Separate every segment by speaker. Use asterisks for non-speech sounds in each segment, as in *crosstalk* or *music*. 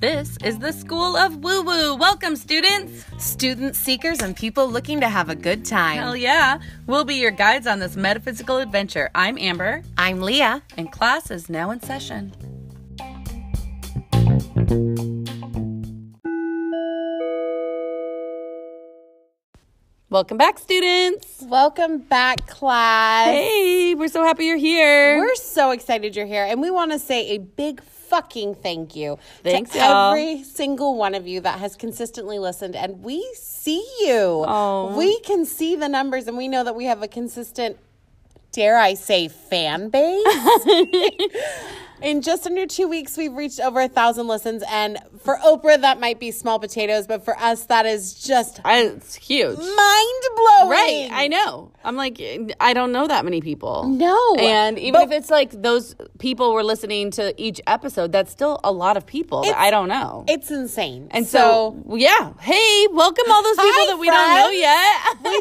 Speaker 1: This is the School of Woo Woo. Welcome, students.
Speaker 2: Student seekers and people looking to have a good time.
Speaker 1: Hell yeah. We'll be your guides on this metaphysical adventure. I'm Amber,
Speaker 2: I'm Leah.
Speaker 1: and class is now in session. Welcome back, students.
Speaker 3: Welcome back, class.
Speaker 1: Hey, we're so happy you're here.
Speaker 3: We're so excited you're here, and we want to say a big fucking thank you
Speaker 1: Thanks,
Speaker 3: to
Speaker 1: y'all.
Speaker 3: every single one of you that has consistently listened. And we see you.
Speaker 1: Oh.
Speaker 3: We can see the numbers, and we know that we have a consistent, dare I say,
Speaker 1: *laughs*
Speaker 3: fan base. In just under two weeks, we've reached over a thousand listens, and for Oprah, that might be small potatoes, but for us, that is just
Speaker 1: I, it's huge.
Speaker 3: mind blowing.
Speaker 1: Right, I know. I'm like, I don't know that many people.
Speaker 3: No,
Speaker 1: And even if it's like those people were listening to each episode, that's still a lot of people that I don't know.
Speaker 3: It's insane.
Speaker 1: and so, yeah. Hey, welcome all those people
Speaker 3: Hi,
Speaker 1: that we don't know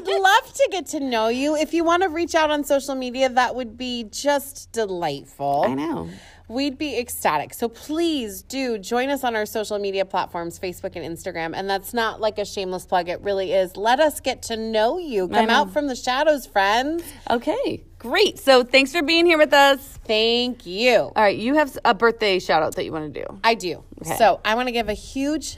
Speaker 1: yet.
Speaker 3: We'd love to get to know you. If you want to reach out on social media, that would be just delightful.
Speaker 1: *laughs* I know.
Speaker 3: We'd be ecstatic. So please do join us on our social media platforms, Facebook and Instagram. And that's not like a shameless plug, it really is. Let us get to know you. Come out from the shadows, friends.
Speaker 1: Okay, great. So thanks for being here with us.
Speaker 3: Thank you.
Speaker 1: All right, you have a birthday shout out that you want to do.
Speaker 3: I do. So I want to give a huge,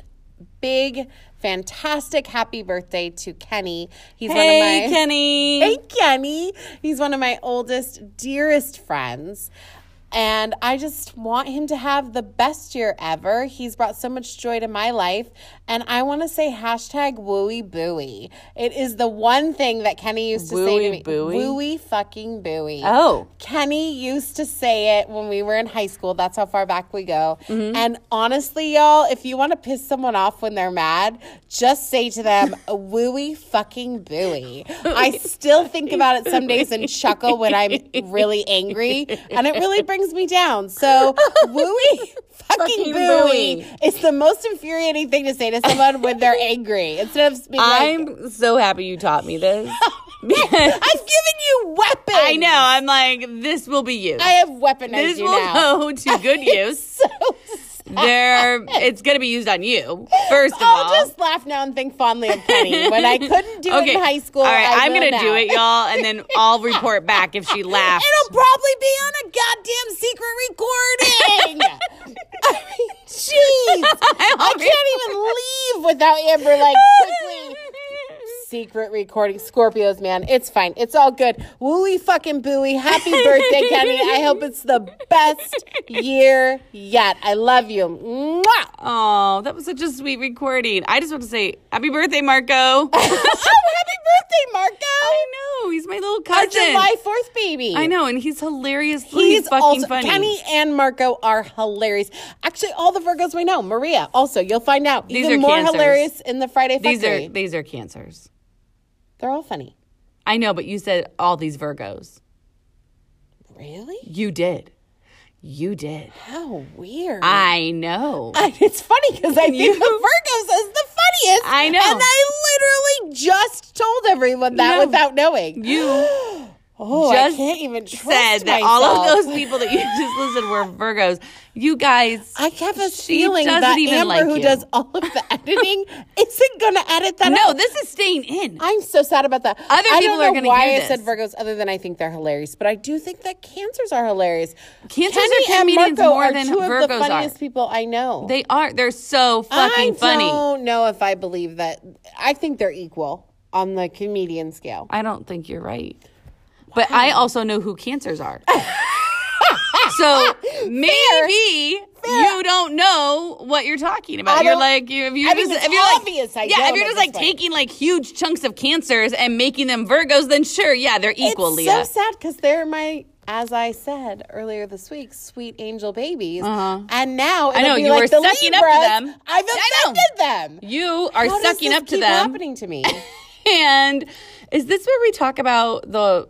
Speaker 3: big, fantastic happy birthday to Kenny. He's
Speaker 1: Hey,
Speaker 3: one of my
Speaker 1: Kenny.
Speaker 3: Hey, Kenny. He's one of my oldest, dearest friends. And I just want him to have the best year ever. He's brought so much joy to my life. And I want to say hashtag wooey buoy. It is the one thing that Kenny used to say
Speaker 1: Wooey
Speaker 3: to me.
Speaker 1: buoy?
Speaker 3: Wooey fucking buoy.
Speaker 1: Oh.
Speaker 3: Kenny used to say it when we were in high school. That's how far back we go.
Speaker 1: Mm-hmm.
Speaker 3: And honestly, y'all, if you want to piss someone off when they're mad, just say
Speaker 1: *laughs*
Speaker 3: to them, wooey fucking buoy. I still think about it some days and chuckle when I'm really angry, and it really brings me
Speaker 1: *laughs*
Speaker 3: down. So, wooey fucking
Speaker 1: Fucking
Speaker 3: buoy
Speaker 1: buoy.
Speaker 3: is the most infuriating thing to say to someone when they're angry. Instead of being like,
Speaker 1: I'm so happy you taught me
Speaker 3: *laughs*
Speaker 1: this. *laughs* I
Speaker 3: I've given you weapons.
Speaker 1: know. I'm like, this will be you.
Speaker 3: I have weaponized
Speaker 1: this
Speaker 3: you
Speaker 1: will
Speaker 3: now.
Speaker 1: go to good use. there, it's gonna be used on you first of
Speaker 3: *laughs* I'll
Speaker 1: all.
Speaker 3: Oh, just laugh now and think fondly of Penny. When I couldn't do it in high school,
Speaker 1: All right,
Speaker 3: I
Speaker 1: I'm
Speaker 3: will
Speaker 1: gonna
Speaker 3: now.
Speaker 1: do it,
Speaker 3: *laughs*
Speaker 1: y'all, and then I'll report back if she laughs.
Speaker 3: It'll probably be on a goddamn secret recording.
Speaker 1: *laughs*
Speaker 3: I mean, jeez, I
Speaker 1: *laughs*
Speaker 3: can't even leave without Amber like quickly. Secret recording, Scorpios, man. It's fine. It's all good. Wooey fucking buoy.
Speaker 1: *laughs*
Speaker 3: Happy birthday, Kenny. I hope it's the best year yet. I love you. Mwah.
Speaker 1: Oh, that was such a sweet recording. I just want to say happy birthday,
Speaker 3: *laughs*
Speaker 1: Marco. I
Speaker 3: oh, happy birthday, Marco.
Speaker 1: know he's my little
Speaker 3: Our
Speaker 1: cousin.
Speaker 3: July 4th baby.
Speaker 1: I know, and he's hilariously
Speaker 3: He's
Speaker 1: fucking
Speaker 3: also,
Speaker 1: funny.
Speaker 3: Kenny and Marco are hilarious. Actually, all the Virgos we know. Maria, also, you'll find out.
Speaker 1: These
Speaker 3: Even
Speaker 1: are
Speaker 3: more
Speaker 1: cancers.
Speaker 3: hilarious in the Friday
Speaker 1: these
Speaker 3: Factory.
Speaker 1: are these are cancers.
Speaker 3: They're all funny.
Speaker 1: I know, but you said all these Virgos.
Speaker 3: Really?
Speaker 1: You did. You did.
Speaker 3: How weird.
Speaker 1: I know.
Speaker 3: *laughs* And it's funny because I think the *laughs* Virgos is the funniest.
Speaker 1: I know.
Speaker 3: And I literally just told everyone that
Speaker 1: No.
Speaker 3: without knowing.
Speaker 1: you
Speaker 3: oh, I
Speaker 1: just
Speaker 3: can't even *gasps* trust
Speaker 1: said that all of those people that you *laughs* just listed were Virgos. You guys,
Speaker 3: I have a
Speaker 1: She
Speaker 3: feeling
Speaker 1: doesn't
Speaker 3: that
Speaker 1: even
Speaker 3: Amber,
Speaker 1: like
Speaker 3: who
Speaker 1: you.
Speaker 3: does all
Speaker 1: *laughs*
Speaker 3: of the editing, isn't going to edit that
Speaker 1: no,
Speaker 3: out.
Speaker 1: this is staying in.
Speaker 3: I'm so sad about that.
Speaker 1: Other
Speaker 3: I
Speaker 1: people
Speaker 3: don't
Speaker 1: are
Speaker 3: know
Speaker 1: gonna
Speaker 3: why
Speaker 1: hear
Speaker 3: I
Speaker 1: this.
Speaker 3: said Virgos, other than I think they're hilarious. But I do think that cancers are hilarious.
Speaker 1: Cancers are
Speaker 3: Kenny and
Speaker 1: comedians
Speaker 3: Marco
Speaker 1: more
Speaker 3: are
Speaker 1: than
Speaker 3: two
Speaker 1: Virgos
Speaker 3: of the funniest
Speaker 1: are.
Speaker 3: people I know.
Speaker 1: They are. They're so fucking
Speaker 3: I
Speaker 1: funny.
Speaker 3: don't know if I believe that. I think they're equal on the comedian scale.
Speaker 1: I don't think you're right. But I also know who cancers
Speaker 3: *laughs*
Speaker 1: are. so maybe you don't know what you're talking about.
Speaker 3: I
Speaker 1: You're
Speaker 3: don't-
Speaker 1: like you- if you're
Speaker 3: I
Speaker 1: just
Speaker 3: mean, it's
Speaker 1: if you're like-
Speaker 3: obvious I
Speaker 1: yeah, if
Speaker 3: don't
Speaker 1: you're
Speaker 3: at
Speaker 1: just like
Speaker 3: this point.
Speaker 1: taking like huge chunks of cancers and making them Virgos, then sure, yeah, they're equal,
Speaker 3: it's
Speaker 1: Leah.
Speaker 3: so sad because they're my, as I said earlier this week, sweet angel babies. And now it'll
Speaker 1: Uh-huh. know,
Speaker 3: be
Speaker 1: you
Speaker 3: like
Speaker 1: were
Speaker 3: the
Speaker 1: sucking up to
Speaker 3: Libras.
Speaker 1: them.
Speaker 3: I've
Speaker 1: I know.
Speaker 3: offended them.
Speaker 1: you are
Speaker 3: How does
Speaker 1: sucking
Speaker 3: this
Speaker 1: up to
Speaker 3: keep
Speaker 1: them.
Speaker 3: Happening
Speaker 1: *laughs*
Speaker 3: to me.
Speaker 1: And is this where we talk about the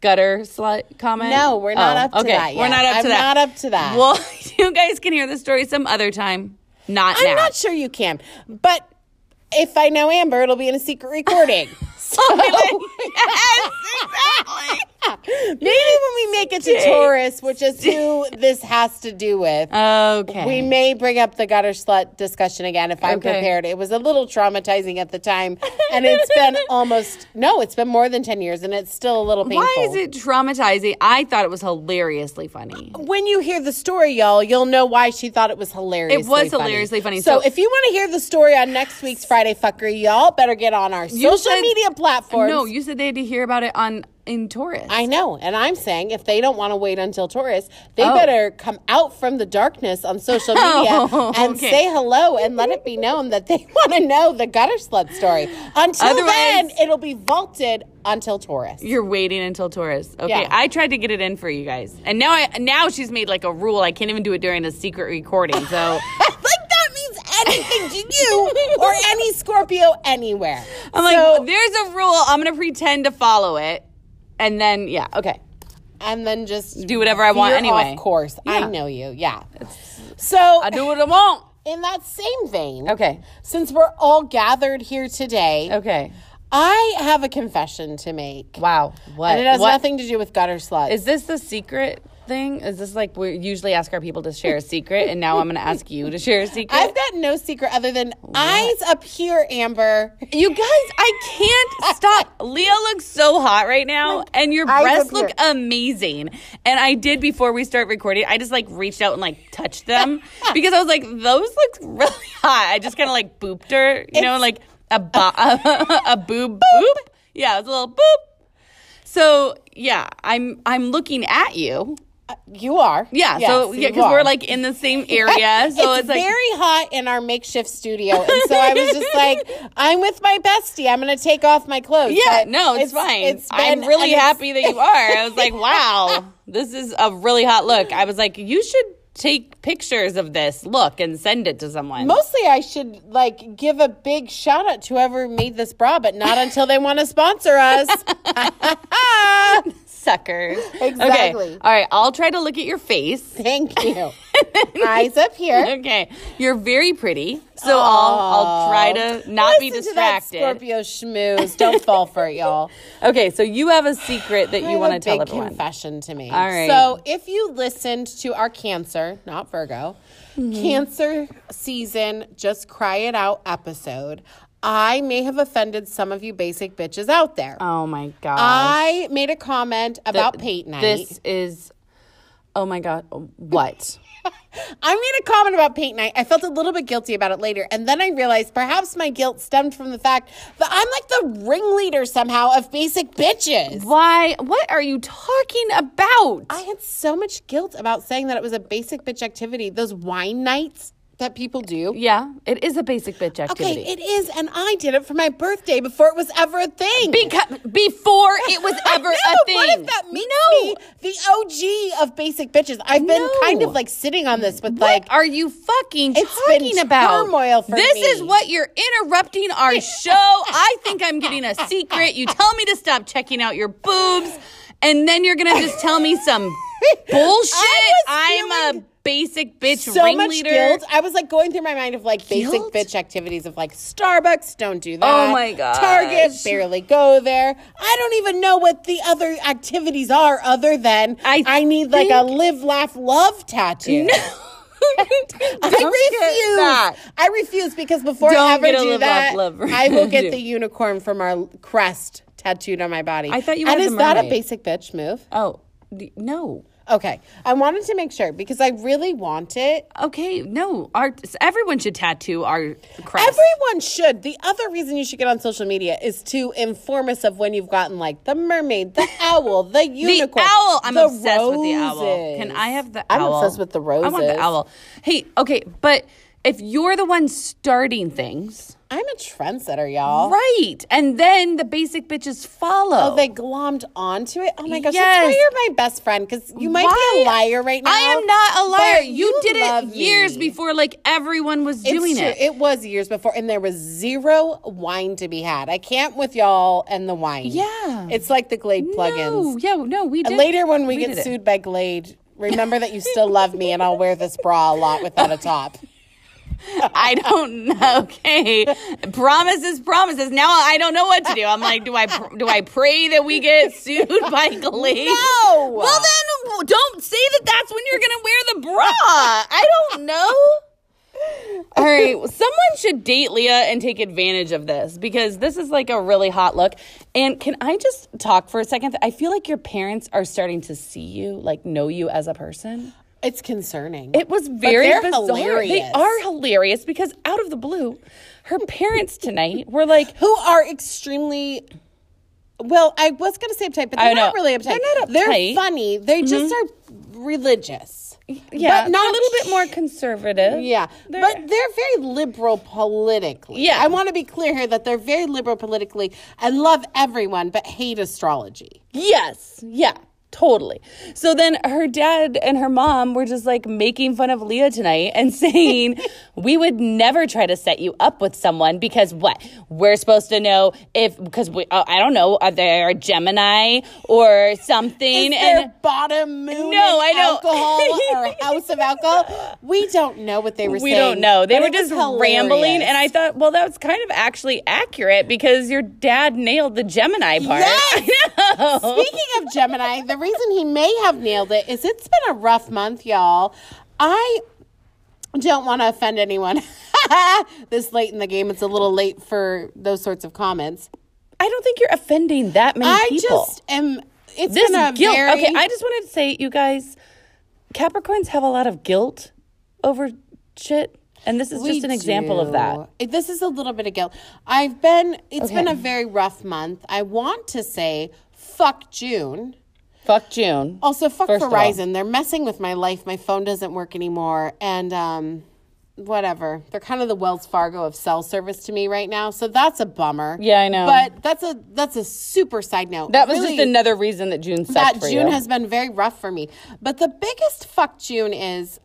Speaker 1: gutter slut comment? Oh,
Speaker 3: No, we're not up to that yet.
Speaker 1: We're not up to
Speaker 3: I'm
Speaker 1: that.
Speaker 3: not up to that.
Speaker 1: Well, *laughs* you guys can hear the story some other time. Not now. *laughs*
Speaker 3: I'm not sure you can, but
Speaker 1: *laughs*
Speaker 3: if *laughs* I know Amber, it'll be in a secret recording. so
Speaker 1: yes, exactly.
Speaker 3: Maybe when we make it to Taurus, which is
Speaker 1: *laughs*
Speaker 3: who this has to do with,
Speaker 1: Uh-huh. Okay.
Speaker 3: we may bring up the gutter slut discussion again if I'm
Speaker 1: Okay.
Speaker 3: prepared. It was a little traumatizing at the time, and it's *laughs* been almost no, it's been more than ten years, and it's still a little painful.
Speaker 1: Why is it traumatizing? I thought it was hilariously funny.
Speaker 3: When you hear the story, y'all, you'll know why she thought it was hilarious.
Speaker 1: It was hilariously funny.
Speaker 3: So,
Speaker 1: So-
Speaker 3: if you want to hear the story on next week's Friday Fuckery, y'all better get on our
Speaker 1: You
Speaker 3: social
Speaker 1: said-
Speaker 3: media platforms.
Speaker 1: No, you said they had to hear about it on in Taurus.
Speaker 3: I know, and I'm saying if they don't want to wait until Taurus, they
Speaker 1: Oh.
Speaker 3: better come out from the darkness on social
Speaker 1: *laughs*
Speaker 3: media
Speaker 1: Oh,
Speaker 3: and
Speaker 1: okay.
Speaker 3: say hello and let it be known that they *laughs* want to know the gutter slut story. Until
Speaker 1: Otherwise-
Speaker 3: then, it'll be vaulted until Taurus. *laughs*
Speaker 1: You're waiting until Taurus. Okay,
Speaker 3: Yeah.
Speaker 1: I tried to get it in for you guys, and now I now she's made like a rule. I can't even do it during a secret recording. *laughs* So
Speaker 3: like that means anything to you or any Scorpio anywhere.
Speaker 1: I'm like,
Speaker 3: So-
Speaker 1: there's a rule. I'm gonna pretend to follow it, and then yeah, okay,
Speaker 3: and then just
Speaker 1: do whatever I want
Speaker 3: veer
Speaker 1: anyway.
Speaker 3: Off course, I
Speaker 1: Yeah.
Speaker 3: know you. Yeah. So
Speaker 1: I do what I want.
Speaker 3: in that same vein,
Speaker 1: Okay.
Speaker 3: Since we're all gathered here today,
Speaker 1: Okay.
Speaker 3: I have a confession to make.
Speaker 1: Wow. What?
Speaker 3: And it has
Speaker 1: what-
Speaker 3: nothing to do with gutter sluts.
Speaker 1: Is this the secret thing? Is this like we usually ask our people to share a secret, and now I'm gonna ask you to *laughs* share a secret?
Speaker 3: I've got no secret other than eyes up here, Amber.
Speaker 1: You guys, I can't
Speaker 3: *laughs*
Speaker 1: stop. Leah looks so hot right now, and your
Speaker 3: Eyes
Speaker 1: breasts
Speaker 3: up here.
Speaker 1: look amazing. And I did before we start recording. I just like reached out and like touched
Speaker 3: *laughs*
Speaker 1: them because I was like, those look really *laughs* hot. I just kind of like booped her, you know, like a bo- *laughs* a boob boop. Yeah, it was a little boop. So yeah, I'm I'm looking at you.
Speaker 3: You are.
Speaker 1: Yeah,
Speaker 3: Yes,
Speaker 1: so yeah,
Speaker 3: you
Speaker 1: because we're
Speaker 3: are.
Speaker 1: like in the
Speaker 3: *laughs*
Speaker 1: same area, so it's,
Speaker 3: it's,
Speaker 1: like
Speaker 3: very hot in our makeshift studio, and so I was
Speaker 1: *laughs*
Speaker 3: just like, "I'm with my bestie. I'm going to take off my clothes."
Speaker 1: Yeah,
Speaker 3: But
Speaker 1: no, it's, fine. I'm
Speaker 3: been-
Speaker 1: really
Speaker 3: and it's-
Speaker 1: happy that you are. I was like,
Speaker 3: *laughs*
Speaker 1: wow, this is a really hot look. I was like, you should take pictures of this look and send it to someone.
Speaker 3: Mostly, I should like give a big shout out to whoever made this bra, but not until they want to sponsor
Speaker 1: *laughs*
Speaker 3: us.
Speaker 1: Sucker.
Speaker 3: Exactly.
Speaker 1: *laughs* Okay. All right, I'll try to look at your
Speaker 3: *laughs*
Speaker 1: face.
Speaker 3: Thank you.
Speaker 1: *laughs*
Speaker 3: Eyes up here.
Speaker 1: Okay. You're very pretty. So I'll I'll try to not be
Speaker 3: Listen to that
Speaker 1: distracted.
Speaker 3: Scorpio schmooze. Don't fall for it, y'all.
Speaker 1: Okay, so you have a secret that
Speaker 3: I
Speaker 1: *laughs* you
Speaker 3: have
Speaker 1: want
Speaker 3: a
Speaker 1: to tell
Speaker 3: big
Speaker 1: everyone.
Speaker 3: confession to me.
Speaker 1: All right.
Speaker 3: So if you listened to our Cancer, not Virgo, Cancer season, just cry it out episode. I may have offended some of you basic bitches out there.
Speaker 1: Oh my god.
Speaker 3: I made a comment Uh, about paint night.
Speaker 1: This is Oh my god. What?
Speaker 3: I made a comment about paint night. I felt a little bit guilty about it later. And then I realized perhaps my guilt stemmed from the fact that I'm like the ringleader somehow of basic bitches.
Speaker 1: Why? What are you talking about?
Speaker 3: I had so much guilt about saying that it was a basic bitch activity. Those wine nights that people do.
Speaker 1: Yeah, it is a basic bitch activity.
Speaker 3: Okay, it is. And I did it for my birthday before it was ever a thing.
Speaker 1: because before it was
Speaker 3: *laughs* I
Speaker 1: ever
Speaker 3: know,
Speaker 1: a thing.
Speaker 3: What if that makes me the OG of basic bitches? I've been
Speaker 1: No.
Speaker 3: kind of like sitting on this, but like
Speaker 1: What are you fucking
Speaker 3: It's been
Speaker 1: talking about?
Speaker 3: turmoil for
Speaker 1: this
Speaker 3: me.
Speaker 1: is what you're interrupting
Speaker 3: *laughs*
Speaker 1: our show. I think I'm getting a secret. You tell me to stop checking out your boobs, and then you're gonna just tell me
Speaker 3: *laughs*
Speaker 1: some bullshit.
Speaker 3: was
Speaker 1: I'm a
Speaker 3: feeling
Speaker 1: basic bitch
Speaker 3: so much
Speaker 1: ringleader.
Speaker 3: guilt.
Speaker 1: *laughs*
Speaker 3: I was like going through my mind of like basic
Speaker 1: Guilt?
Speaker 3: bitch activities of like Starbucks, don't do that.
Speaker 1: Oh my gosh.
Speaker 3: Target, barely go there. I don't even know what the other activities are other than I,
Speaker 1: I
Speaker 3: need like a
Speaker 1: think-
Speaker 3: live, laugh, love tattoo. *laughs* I
Speaker 1: Don't get
Speaker 3: refuse.
Speaker 1: that.
Speaker 3: I refuse because before
Speaker 1: Don't
Speaker 3: I ever
Speaker 1: get a
Speaker 3: do
Speaker 1: live,
Speaker 3: that,
Speaker 1: laugh, love *laughs*
Speaker 3: I will get
Speaker 1: tattoo.
Speaker 3: the unicorn from our crest tattooed on my body.
Speaker 1: I thought you
Speaker 3: And
Speaker 1: wanted
Speaker 3: is
Speaker 1: the
Speaker 3: that a
Speaker 1: mermaid.
Speaker 3: basic bitch move?
Speaker 1: Oh d- no.
Speaker 3: Okay, I wanted to make sure because I really want it.
Speaker 1: Okay, no. Our everyone should tattoo our crest.
Speaker 3: Everyone should. The other reason you should get on social media is to inform us of when you've gotten like the mermaid,
Speaker 1: *laughs*
Speaker 3: the owl, the unicorn,
Speaker 1: The owl. I'm
Speaker 3: the
Speaker 1: obsessed with the owl.
Speaker 3: roses.
Speaker 1: Can I have the
Speaker 3: I'm
Speaker 1: owl?
Speaker 3: obsessed with the
Speaker 1: I want
Speaker 3: roses.
Speaker 1: the owl. Hey, okay, but if you're the one starting things,
Speaker 3: I'm a trendsetter, y'all.
Speaker 1: right, and then the basic bitches follow.
Speaker 3: Oh, they glommed onto it. Oh my gosh, that's
Speaker 1: Yes.
Speaker 3: why you're my best friend because you might be a
Speaker 1: Why-
Speaker 3: liar right now.
Speaker 1: I am not a liar.
Speaker 3: but
Speaker 1: You, did
Speaker 3: love
Speaker 1: it years
Speaker 3: me.
Speaker 1: before, like everyone was
Speaker 3: It's
Speaker 1: doing
Speaker 3: true.
Speaker 1: it.
Speaker 3: It was years before, and there was zero wine to be had. I can't with y'all and the wine.
Speaker 1: Yeah.
Speaker 3: it's like the Glade plugins.
Speaker 1: No, yeah, no, we did.
Speaker 3: Later, when we,
Speaker 1: did
Speaker 3: get
Speaker 1: it.
Speaker 3: sued by Glade, remember that you still love me, and I'll wear this bra a lot without a top.
Speaker 1: I don't know. *laughs* Okay, promises, promises. Now I don't know what to do. I'm like, do I do I pray that we get sued *laughs* by Glee?
Speaker 3: No.
Speaker 1: Well, then don't say that. That's when you're gonna wear the bra. I don't know. All right, someone should date Leah and take advantage of this because this is like a really hot look. And can I just talk for a second? I feel like your parents are starting to see you, like know you as a person.
Speaker 3: It's concerning.
Speaker 1: It was very
Speaker 3: they're
Speaker 1: bizarre. They
Speaker 3: hilarious.
Speaker 1: are hilarious because out of the blue, her parents tonight were like,
Speaker 3: who are extremely well, I was gonna say uptight, but
Speaker 1: I
Speaker 3: they're not
Speaker 1: know.
Speaker 3: really uptight. Mm-hmm.
Speaker 1: They're not uptight.
Speaker 3: They're funny. They just are religious.
Speaker 1: *laughs* "Yeah,
Speaker 3: but not
Speaker 1: a little bit more conservative."
Speaker 3: Yeah, but they're very liberal politically.
Speaker 1: Yeah.
Speaker 3: I want to be clear here that they're very liberal politically and love everyone, but hate astrology.
Speaker 1: Yes. Yeah. Totally. So then her dad and her mom were just like making fun of Leah tonight and *laughs* saying, We would never try to set you up with someone because what? We're supposed to know if, because we, uh, I don't know, are they a Gemini or something?
Speaker 3: Is their bottom
Speaker 1: No,
Speaker 3: moon in
Speaker 1: I know. *laughs*
Speaker 3: alcohol or house of alcohol? We don't know what they were
Speaker 1: we
Speaker 3: saying.
Speaker 1: don't know. They
Speaker 3: but
Speaker 1: were
Speaker 3: it was
Speaker 1: just rambling.
Speaker 3: hilarious.
Speaker 1: And I thought, well, that's kind of actually accurate because your dad nailed the Gemini *laughs* part.
Speaker 3: Yes! Speaking of Gemini, the reason he may have nailed it is it's been a rough month, y'all. I don't want to offend anyone. *laughs* this late in the game, it's a little late for those sorts of comments.
Speaker 1: I don't think you're offending that many
Speaker 3: I
Speaker 1: people.
Speaker 3: just am. It's
Speaker 1: this
Speaker 3: been a
Speaker 1: guilt.
Speaker 3: very
Speaker 1: Okay, I just wanted to say, you guys, Capricorns have a lot of guilt over shit, and this is
Speaker 3: We
Speaker 1: just an example of that.
Speaker 3: do. This is a little bit of guilt. I've been. It's been a very rough month. I want to say fuck June.
Speaker 1: Fuck June.
Speaker 3: Also, fuck
Speaker 1: First of all.
Speaker 3: Verizon. They're messing with my life. My phone doesn't work anymore, and um, whatever. They're kind of the Wells Fargo of cell service to me right now. So that's a bummer.
Speaker 1: Yeah, I know.
Speaker 3: But that's a that's a super side note.
Speaker 1: that was
Speaker 3: Really-
Speaker 1: just another reason that June sucked
Speaker 3: that
Speaker 1: for
Speaker 3: June
Speaker 1: you.
Speaker 3: has been very rough for me. But the biggest fuck June is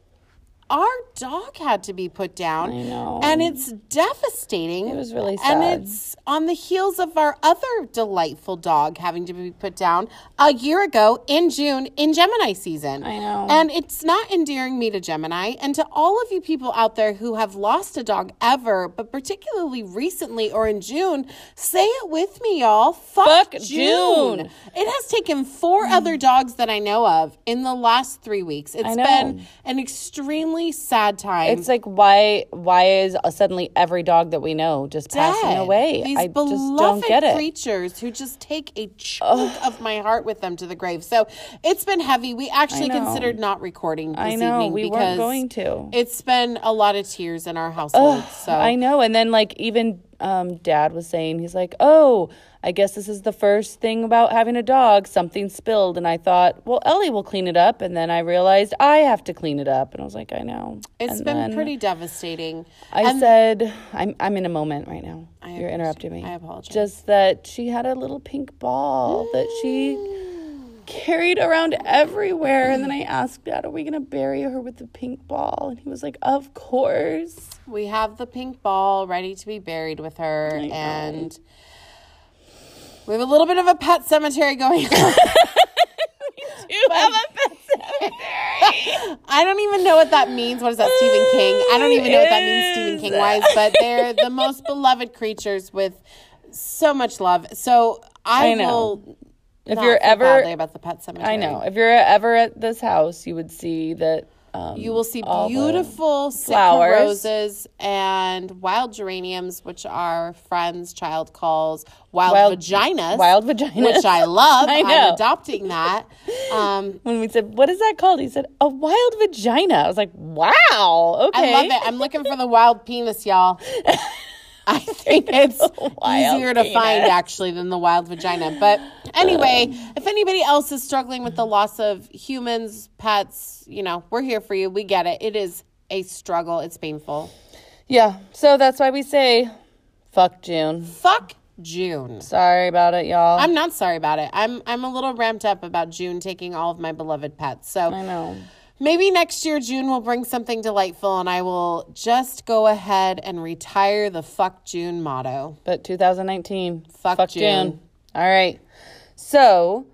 Speaker 3: our dog had to be put down.
Speaker 1: I know.
Speaker 3: And it's devastating. It
Speaker 1: was really sad.
Speaker 3: And it's on the heels of our other delightful dog having to be put down a year ago in June in Gemini season.
Speaker 1: I know.
Speaker 3: And it's not endearing me to Gemini. And to all of you people out there who have lost a dog ever, but particularly recently or in June, say it with me, y'all. Fuck,
Speaker 1: Fuck June.
Speaker 3: June. It has taken four
Speaker 1: Mm.
Speaker 3: other dogs that I know of in the last three weeks. It's
Speaker 1: know.
Speaker 3: been an extremely sad time.
Speaker 1: it's like why why is suddenly every dog that we know just passing
Speaker 3: Dead.
Speaker 1: away?
Speaker 3: These
Speaker 1: I just
Speaker 3: beloved
Speaker 1: don't get it.
Speaker 3: creatures who just take a chunk of my heart with them to the grave. So it's been heavy. We actually
Speaker 1: know.
Speaker 3: considered not recording this
Speaker 1: I know,
Speaker 3: evening
Speaker 1: we weren't
Speaker 3: because
Speaker 1: going to.
Speaker 3: It's been a lot of tears in our household. so
Speaker 1: I know. And then, like, even um, dad was saying, he's like, oh, I guess this is the first thing about having a dog. Something spilled. And I thought, well, Ellie will clean it up. And then I realized I have to clean it up. And I was like, I know.
Speaker 3: it's
Speaker 1: And
Speaker 3: been
Speaker 1: then
Speaker 3: pretty devastating.
Speaker 1: I said, I'm, I'm in a moment right now. You're interrupting me.
Speaker 3: I apologize.
Speaker 1: Just that she had a little pink ball that she carried around everywhere. And then I asked dad, are we going to bury her with the pink ball? And he was like, of course.
Speaker 3: We have the pink ball ready to be buried with her, and we have a little bit of a pet cemetery going *laughs* on.
Speaker 1: You have a
Speaker 3: I don't even know what that means. What is that, Stephen King? I don't even know what that means, Stephen King wise, but they're the most beloved creatures with so much love. So I,
Speaker 1: I know.
Speaker 3: will.
Speaker 1: If
Speaker 3: not
Speaker 1: you're
Speaker 3: feel
Speaker 1: ever-
Speaker 3: badly about the pet cemetery,
Speaker 1: I know. If you're ever at this house, you would see that. Um,
Speaker 3: You will see
Speaker 1: all the
Speaker 3: beautiful flowers,
Speaker 1: flowers.
Speaker 3: roses, and wild geraniums, which our friend's child calls wild,
Speaker 1: Wild-
Speaker 3: vaginas.
Speaker 1: wild vaginas.
Speaker 3: which I love.
Speaker 1: *laughs* I
Speaker 3: am
Speaker 1: know.
Speaker 3: adopting that. Um,
Speaker 1: when we said, "What is that called?" He said, "A wild vagina." I was like, "Wow, okay."
Speaker 3: I love it. I'm looking for the wild penis,
Speaker 1: *laughs*
Speaker 3: y'all. I think it's
Speaker 1: wild
Speaker 3: easier to find actually than the wild vagina. But anyway,
Speaker 1: Um.
Speaker 3: if anybody else is struggling with the loss of humans, pets, you know, we're here for you. We get it. It is a struggle. It's painful.
Speaker 1: Yeah. So that's why we say, "Fuck June."
Speaker 3: Fuck June.
Speaker 1: Sorry about it, y'all.
Speaker 3: I'm not sorry about it. I'm I'm a little ramped up about June taking all of my beloved pets. So
Speaker 1: I know.
Speaker 3: Maybe next year June will bring something delightful and I will just go ahead and retire the fuck June motto.
Speaker 1: But 2019.
Speaker 3: Fuck June.
Speaker 1: All right. So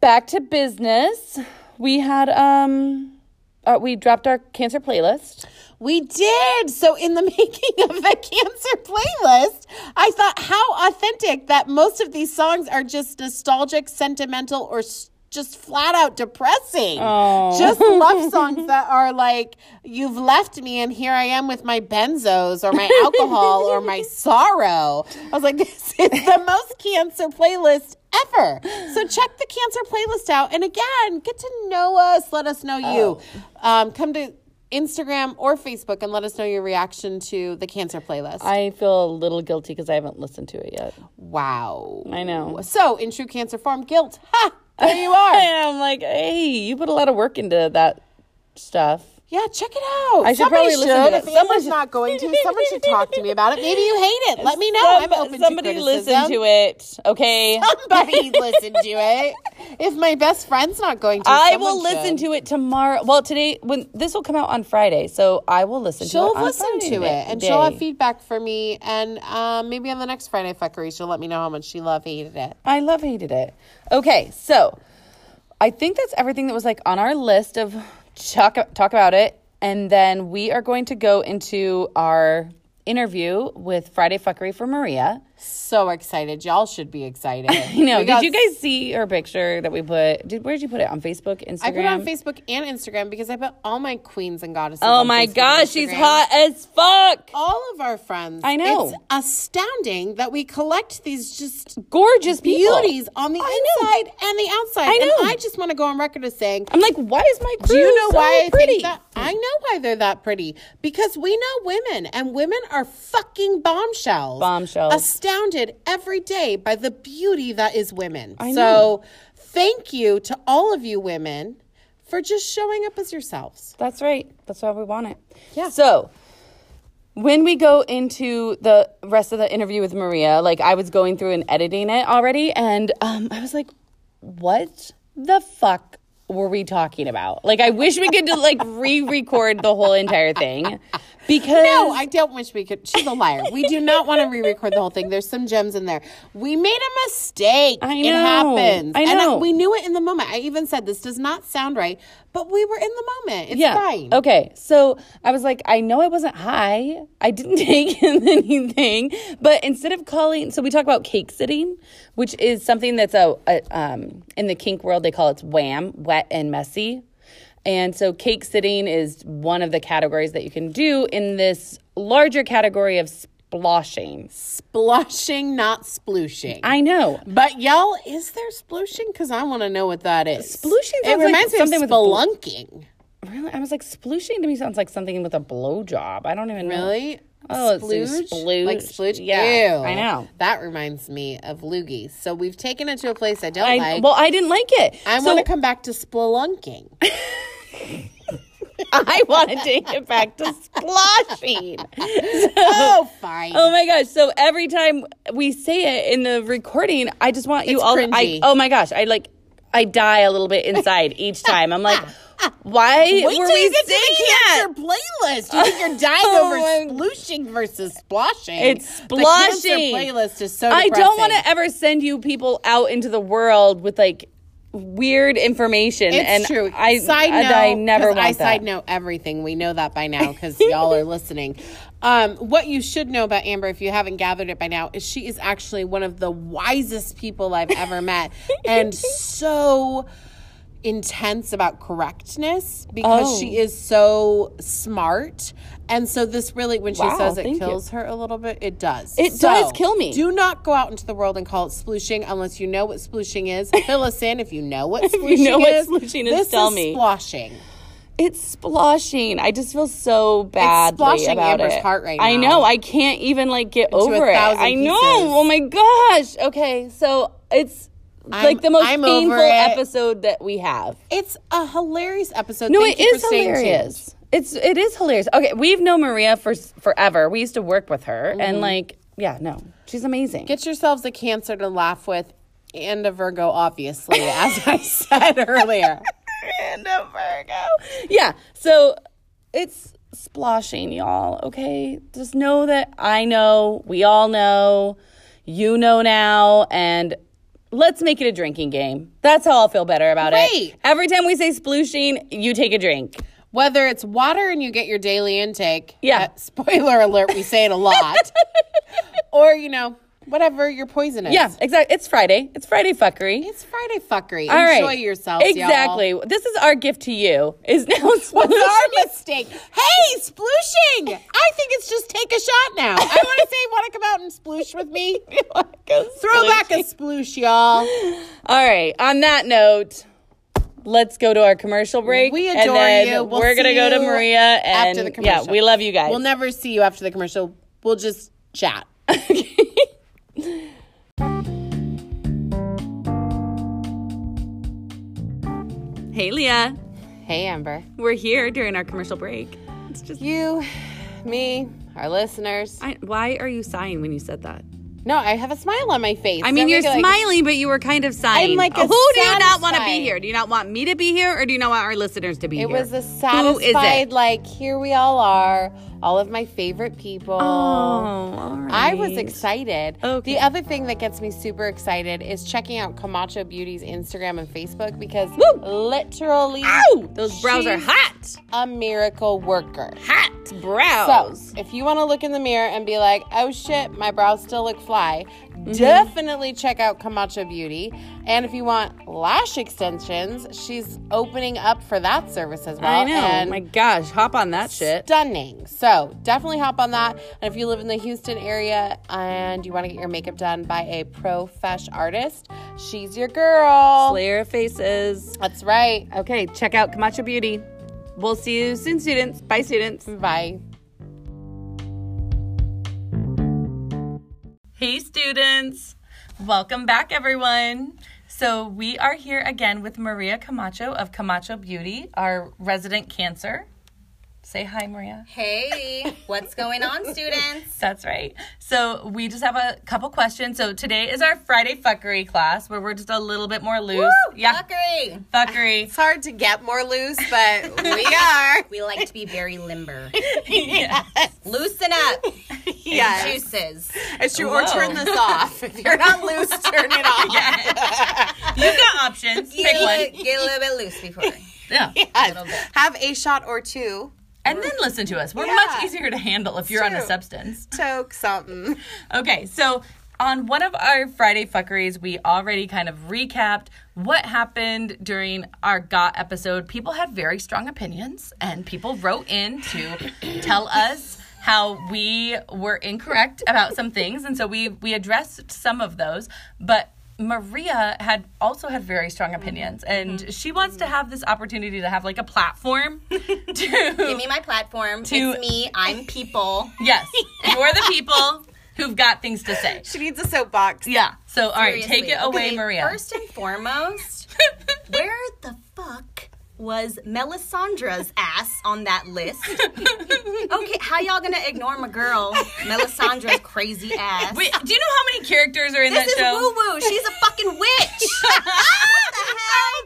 Speaker 1: back to business. We had um, uh, we dropped our cancer playlist.
Speaker 3: We did. So, in the *laughs* making of the cancer playlist, I thought how authentic that most of these songs are just nostalgic, sentimental, or s- just flat out depressing.
Speaker 1: Oh.
Speaker 3: Just love songs that are like, you've left me, and here I am with my benzos, or my alcohol, or my sorrow. I was like, this is the most cancer playlist ever. So check the cancer playlist out. And again, get to know us. Let us know you. Um, come to Instagram or Facebook and let us know your reaction to the cancer playlist.
Speaker 1: I feel a little guilty because I haven't listened to it yet.
Speaker 3: wow.
Speaker 1: I know.
Speaker 3: So, in true cancer form, guilt. Ha! There
Speaker 1: *laughs*
Speaker 3: you are.
Speaker 1: And I'm like, hey, you put a lot of work into that stuff.
Speaker 3: Yeah, check it out.
Speaker 1: I should
Speaker 3: Somebody
Speaker 1: probably listen to
Speaker 3: should.
Speaker 1: that.
Speaker 3: If
Speaker 1: Someone
Speaker 3: Amber's
Speaker 1: should-
Speaker 3: not going to, someone should talk to me about it. Maybe you hate it. Let me know. I'm
Speaker 1: Some-
Speaker 3: open
Speaker 1: somebody
Speaker 3: to criticism.
Speaker 1: listen to it, okay?
Speaker 3: *laughs*
Speaker 1: *laughs*
Speaker 3: Somebody listen to it. If my best friend's not going to,
Speaker 1: I
Speaker 3: someone
Speaker 1: will listen
Speaker 3: should.
Speaker 1: to it tomorrow. Well, today when this will come out on Friday, so I will listen to
Speaker 3: She'll
Speaker 1: it. on
Speaker 3: listen
Speaker 1: Friday
Speaker 3: to it
Speaker 1: day-
Speaker 3: and she'll have
Speaker 1: day.
Speaker 3: feedback for me. And um, maybe on the next Friday fuckery, she'll let me know how much she loved hated it.
Speaker 1: I love hated it. Okay, so I think that's everything that was like on our list of talk talk about it, and then we are going to go into our interview with Friday Fuckery for Maria. *laughs*
Speaker 3: So excited. Y'all should be excited.
Speaker 1: You know,
Speaker 3: We got-
Speaker 1: did you guys see her picture that we put? Did where did you put it on Facebook, Instagram?
Speaker 3: I put it on Facebook and Instagram because I put all my queens and goddesses.
Speaker 1: Oh
Speaker 3: on Facebook
Speaker 1: my
Speaker 3: and
Speaker 1: gosh, she's
Speaker 3: Instagram.
Speaker 1: hot as fuck.
Speaker 3: All of our friends.
Speaker 1: I know.
Speaker 3: It's astounding that we collect these just
Speaker 1: Gorgeous people.
Speaker 3: beauties on the
Speaker 1: I
Speaker 3: inside and the outside.
Speaker 1: I know.
Speaker 3: And I just want to go on record as saying
Speaker 1: I'm like, why is my crew
Speaker 3: Do you know
Speaker 1: so
Speaker 3: why I
Speaker 1: pretty?
Speaker 3: think that? I know why they're that pretty because we know women, and women are fucking bombshells.
Speaker 1: Bombshells.
Speaker 3: Astounded every day by the beauty that is women. so,
Speaker 1: know.
Speaker 3: thank you to all of you women for just showing up as yourselves.
Speaker 1: That's right. That's why we want it.
Speaker 3: Yeah.
Speaker 1: So when we go into the rest of the interview with Maria, like I was going through and editing it already, and um, I was like, what the fuck were we talking about? Like, I wish we could like re-record the whole entire thing because
Speaker 3: *laughs* No, I don't wish we could. She's a liar. We do not want to re-record the whole thing. There's some gems in there. We made a mistake.
Speaker 1: I
Speaker 3: It
Speaker 1: know.
Speaker 3: happens.
Speaker 1: I
Speaker 3: And
Speaker 1: know.
Speaker 3: we knew it in the moment. I even said this does not sound right, but we were in the moment. It's fine.
Speaker 1: Okay. So I was like, I know I wasn't high. I didn't *laughs* take anything. But instead of calling, so we talk about cake sitting, which is something that's a, a um, in the kink world, they call it wham, wet and messy. And so cake sitting is one of the categories that you can do in this larger category of sploshing.
Speaker 3: Blushing, not splooshing.
Speaker 1: I know.
Speaker 3: but y'all, is there splooshing? Because I want to know what that is.
Speaker 1: Splooshing
Speaker 3: It
Speaker 1: sounds like
Speaker 3: reminds
Speaker 1: something
Speaker 3: me
Speaker 1: with a
Speaker 3: of
Speaker 1: bl-
Speaker 3: spelunking.
Speaker 1: Really? I was like, splushing to me sounds like something with a blowjob. I don't even know.
Speaker 3: Really?
Speaker 1: Oh, it's a
Speaker 3: splooge?
Speaker 1: splooge.
Speaker 3: Like splooge?
Speaker 1: Yeah,
Speaker 3: Ew.
Speaker 1: I know.
Speaker 3: That reminds me of loogies. So we've taken it to a place I don't
Speaker 1: I,
Speaker 3: like.
Speaker 1: well, I didn't like it.
Speaker 3: I
Speaker 1: So-
Speaker 3: want to come back to spelunking.
Speaker 1: *laughs* I want to take it back to
Speaker 3: *laughs*
Speaker 1: splashing.
Speaker 3: oh, fine.
Speaker 1: Oh my gosh! So every time we say it in the recording, I just want you
Speaker 3: It's
Speaker 1: all.
Speaker 3: cringy.
Speaker 1: I oh my gosh! I like I die a little bit inside each time. I'm like, why
Speaker 3: Wait
Speaker 1: were
Speaker 3: till
Speaker 1: we
Speaker 3: you get to
Speaker 1: saying
Speaker 3: the
Speaker 1: that?
Speaker 3: cancer playlist. You
Speaker 1: *laughs*
Speaker 3: think you're dying
Speaker 1: Oh
Speaker 3: over
Speaker 1: my-
Speaker 3: splooshing versus splashing?
Speaker 1: It's
Speaker 3: The
Speaker 1: splashing.
Speaker 3: cancer playlist is so.
Speaker 1: I don't want
Speaker 3: depressing.
Speaker 1: to ever send you people out into the world with like weird information.
Speaker 3: It's
Speaker 1: and
Speaker 3: true.
Speaker 1: I
Speaker 3: side
Speaker 1: and
Speaker 3: note,
Speaker 1: I never
Speaker 3: 'cause
Speaker 1: want
Speaker 3: I
Speaker 1: that.
Speaker 3: side note everything. We know that by now because y'all
Speaker 1: *laughs*
Speaker 3: are listening. Um, what you should know about Amber, if you haven't gathered it by now, is she is actually one of the wisest people I've ever
Speaker 1: *laughs*
Speaker 3: met, and so intense about correctness because
Speaker 1: Oh.
Speaker 3: she is so smart. And so this really, when she
Speaker 1: Wow,
Speaker 3: says it
Speaker 1: thank you.
Speaker 3: kills her a little bit, it does.
Speaker 1: It
Speaker 3: So,
Speaker 1: does kill me.
Speaker 3: Do not go out into the world and call it splooshing unless you know what splooshing is. Fill us in if you know
Speaker 1: *laughs*
Speaker 3: what
Speaker 1: you know what splooshing is,
Speaker 3: this
Speaker 1: tell
Speaker 3: is
Speaker 1: me.
Speaker 3: Splashing.
Speaker 1: It's splashing. I just feel so bad
Speaker 3: splashing
Speaker 1: about
Speaker 3: Amber's
Speaker 1: it.
Speaker 3: heart right
Speaker 1: I
Speaker 3: now.
Speaker 1: know. I can't even like get
Speaker 3: a
Speaker 1: over it.
Speaker 3: thousand
Speaker 1: I know.
Speaker 3: pieces.
Speaker 1: Oh my gosh. Okay, so it's
Speaker 3: I'm-
Speaker 1: like the most
Speaker 3: I'm over
Speaker 1: painful
Speaker 3: it.
Speaker 1: episode that we have.
Speaker 3: It's a hilarious episode.
Speaker 1: No,
Speaker 3: Thank
Speaker 1: it
Speaker 3: you for
Speaker 1: is
Speaker 3: staying tuned.
Speaker 1: hilarious. It's it is hilarious. Okay, we've known Maria for s- forever. We used to work with her, and like, yeah, no, she's amazing.
Speaker 3: Get yourselves a Cancer to laugh with and a Virgo, obviously,
Speaker 4: *laughs*
Speaker 3: as I said earlier.
Speaker 1: and a Virgo. Yeah. So it's splashing, y'all. Okay. Just know that I know, we all know, you know now, and let's make it a drinking game. That's how I'll feel better about
Speaker 3: Great.
Speaker 1: it. Every time we say splooshing, you take a drink.
Speaker 4: whether it's water and you get your daily intake. uh,
Speaker 1: Yeah.
Speaker 4: spoiler alert, we say it a
Speaker 1: *laughs*
Speaker 4: lot. or, you know, whatever your poison is.
Speaker 1: Yeah, exactly. It's Friday. It's Friday fuckery.
Speaker 4: It's Friday fuckery.
Speaker 1: All right.
Speaker 4: Enjoy yourself.
Speaker 1: Exactly. This is our gift to you. Is now *laughs*
Speaker 4: What's our mistake? Hey, splooshing! I think it's just take a shot now. I want to say, want to come out and sploosh with me? Throw back a sploosh,
Speaker 3: *laughs*
Speaker 4: y'all.
Speaker 1: All right. On that note, let's go to our commercial break.
Speaker 4: We
Speaker 1: and
Speaker 4: adore
Speaker 1: then
Speaker 4: you. We'll
Speaker 1: we're gonna
Speaker 4: see
Speaker 1: go to
Speaker 4: you
Speaker 1: Maria and
Speaker 4: after the
Speaker 1: yeah,
Speaker 4: commercial.
Speaker 1: we love you guys.
Speaker 4: We'll never see you after the commercial. We'll just chat.
Speaker 1: hey, Leah.
Speaker 3: *laughs* Hey, Amber.
Speaker 1: We're here during our commercial break. It's just
Speaker 3: You, me, our listeners.
Speaker 1: I, why are you sighing when you said that?
Speaker 3: No, I have a smile on my face.
Speaker 1: I mean, you're
Speaker 3: smiling.
Speaker 1: smiling, but you were kind of sighing.
Speaker 3: like a
Speaker 1: Who do you not want to be
Speaker 3: satisfied-
Speaker 1: here? Do you not want me to be here, or do you not want our listeners to be
Speaker 3: It
Speaker 1: here?
Speaker 3: was a
Speaker 1: Who is it?
Speaker 3: satisfied, like, here we all are, all of my favorite people.
Speaker 1: Oh, all right.
Speaker 3: I was excited.
Speaker 1: Okay.
Speaker 3: The other thing that gets me super excited is checking out Camacho Beauty's Instagram and Facebook because literally
Speaker 1: Ow! Those brows are
Speaker 3: She's
Speaker 1: hot,
Speaker 3: a miracle worker.
Speaker 1: hot
Speaker 3: So,
Speaker 1: brows.
Speaker 3: if you want to look in the mirror and be like, oh shit, my brows still look fly,
Speaker 1: Mm-hmm.
Speaker 3: definitely check out Camacho Beauty. And if you want lash extensions, she's opening up for that service as well.
Speaker 1: I know.
Speaker 3: And
Speaker 1: my gosh, hop on that shit.
Speaker 3: Stunning. So definitely hop on that. And if you live in the Houston area and you want to get your makeup done by a pro fesh artist, she's your girl.
Speaker 1: Slayer faces.
Speaker 3: That's right.
Speaker 1: Okay, check out Camacho Beauty. We'll see you soon, students. Bye, students.
Speaker 3: Bye.
Speaker 1: Hey, students. Welcome back, everyone. So, we are here again with Maria Camacho of Camacho Beauty, our resident cancer. Say hi, Maria.
Speaker 5: Hey, what's
Speaker 3: *laughs*
Speaker 5: going on, students?
Speaker 1: That's right. So, we just have a couple questions. So, today is our Friday fuckery class where we're just a little bit more loose. yeah,
Speaker 5: Fuckery.
Speaker 1: fuckery. *laughs*
Speaker 3: It's hard to get more loose, but
Speaker 5: *laughs*
Speaker 3: we are.
Speaker 5: We like to be
Speaker 3: *laughs*
Speaker 5: very limber. Loosen up.
Speaker 3: Yes.
Speaker 5: Juices.
Speaker 3: It's true.
Speaker 1: Whoa.
Speaker 3: Or turn this off. If you're not loose, turn
Speaker 5: *laughs*
Speaker 3: it off.
Speaker 1: You've got *laughs* options. Pick
Speaker 5: Get a,
Speaker 1: one.
Speaker 5: little, get a little bit loose before.
Speaker 1: Yeah.
Speaker 3: Yes. Have a shot or two.
Speaker 1: And then listen to us. We're much easier to handle if you're on a
Speaker 3: true.
Speaker 1: substance.
Speaker 3: Toke something.
Speaker 1: Okay, so on one of our Friday fuckeries, we already kind of recapped what happened during our got episode. People had very strong opinions, and people wrote in
Speaker 5: *coughs*
Speaker 1: to tell us how we were incorrect about some things, and so we we addressed some of those, but. Maria had also had very
Speaker 5: Mm-hmm.
Speaker 1: strong opinions, and she wants to have this opportunity to have like a
Speaker 5: *laughs*
Speaker 1: platform to
Speaker 5: Give me my platform.
Speaker 1: Two-
Speaker 5: It's me. I'm people.
Speaker 1: *laughs*
Speaker 5: *laughs*
Speaker 1: Yes. You're the people who've got things to say.
Speaker 3: She needs a soapbox.
Speaker 1: Yeah. So, all right, *laughs* take
Speaker 5: Seriously.
Speaker 1: it away,
Speaker 5: Okay,
Speaker 1: Maria.
Speaker 5: First and foremost, where the fuck was
Speaker 1: *laughs*
Speaker 5: Melisandre's ass on that list? Okay, how y'all gonna ignore my
Speaker 1: *laughs*
Speaker 5: girl, Melisandre's crazy
Speaker 1: *laughs*
Speaker 5: ass?
Speaker 1: Wait, do you know how many characters are in
Speaker 5: This
Speaker 1: that
Speaker 5: is Ah!
Speaker 1: show? *laughs*
Speaker 5: woo woo. She's a fucking witch. what the hell?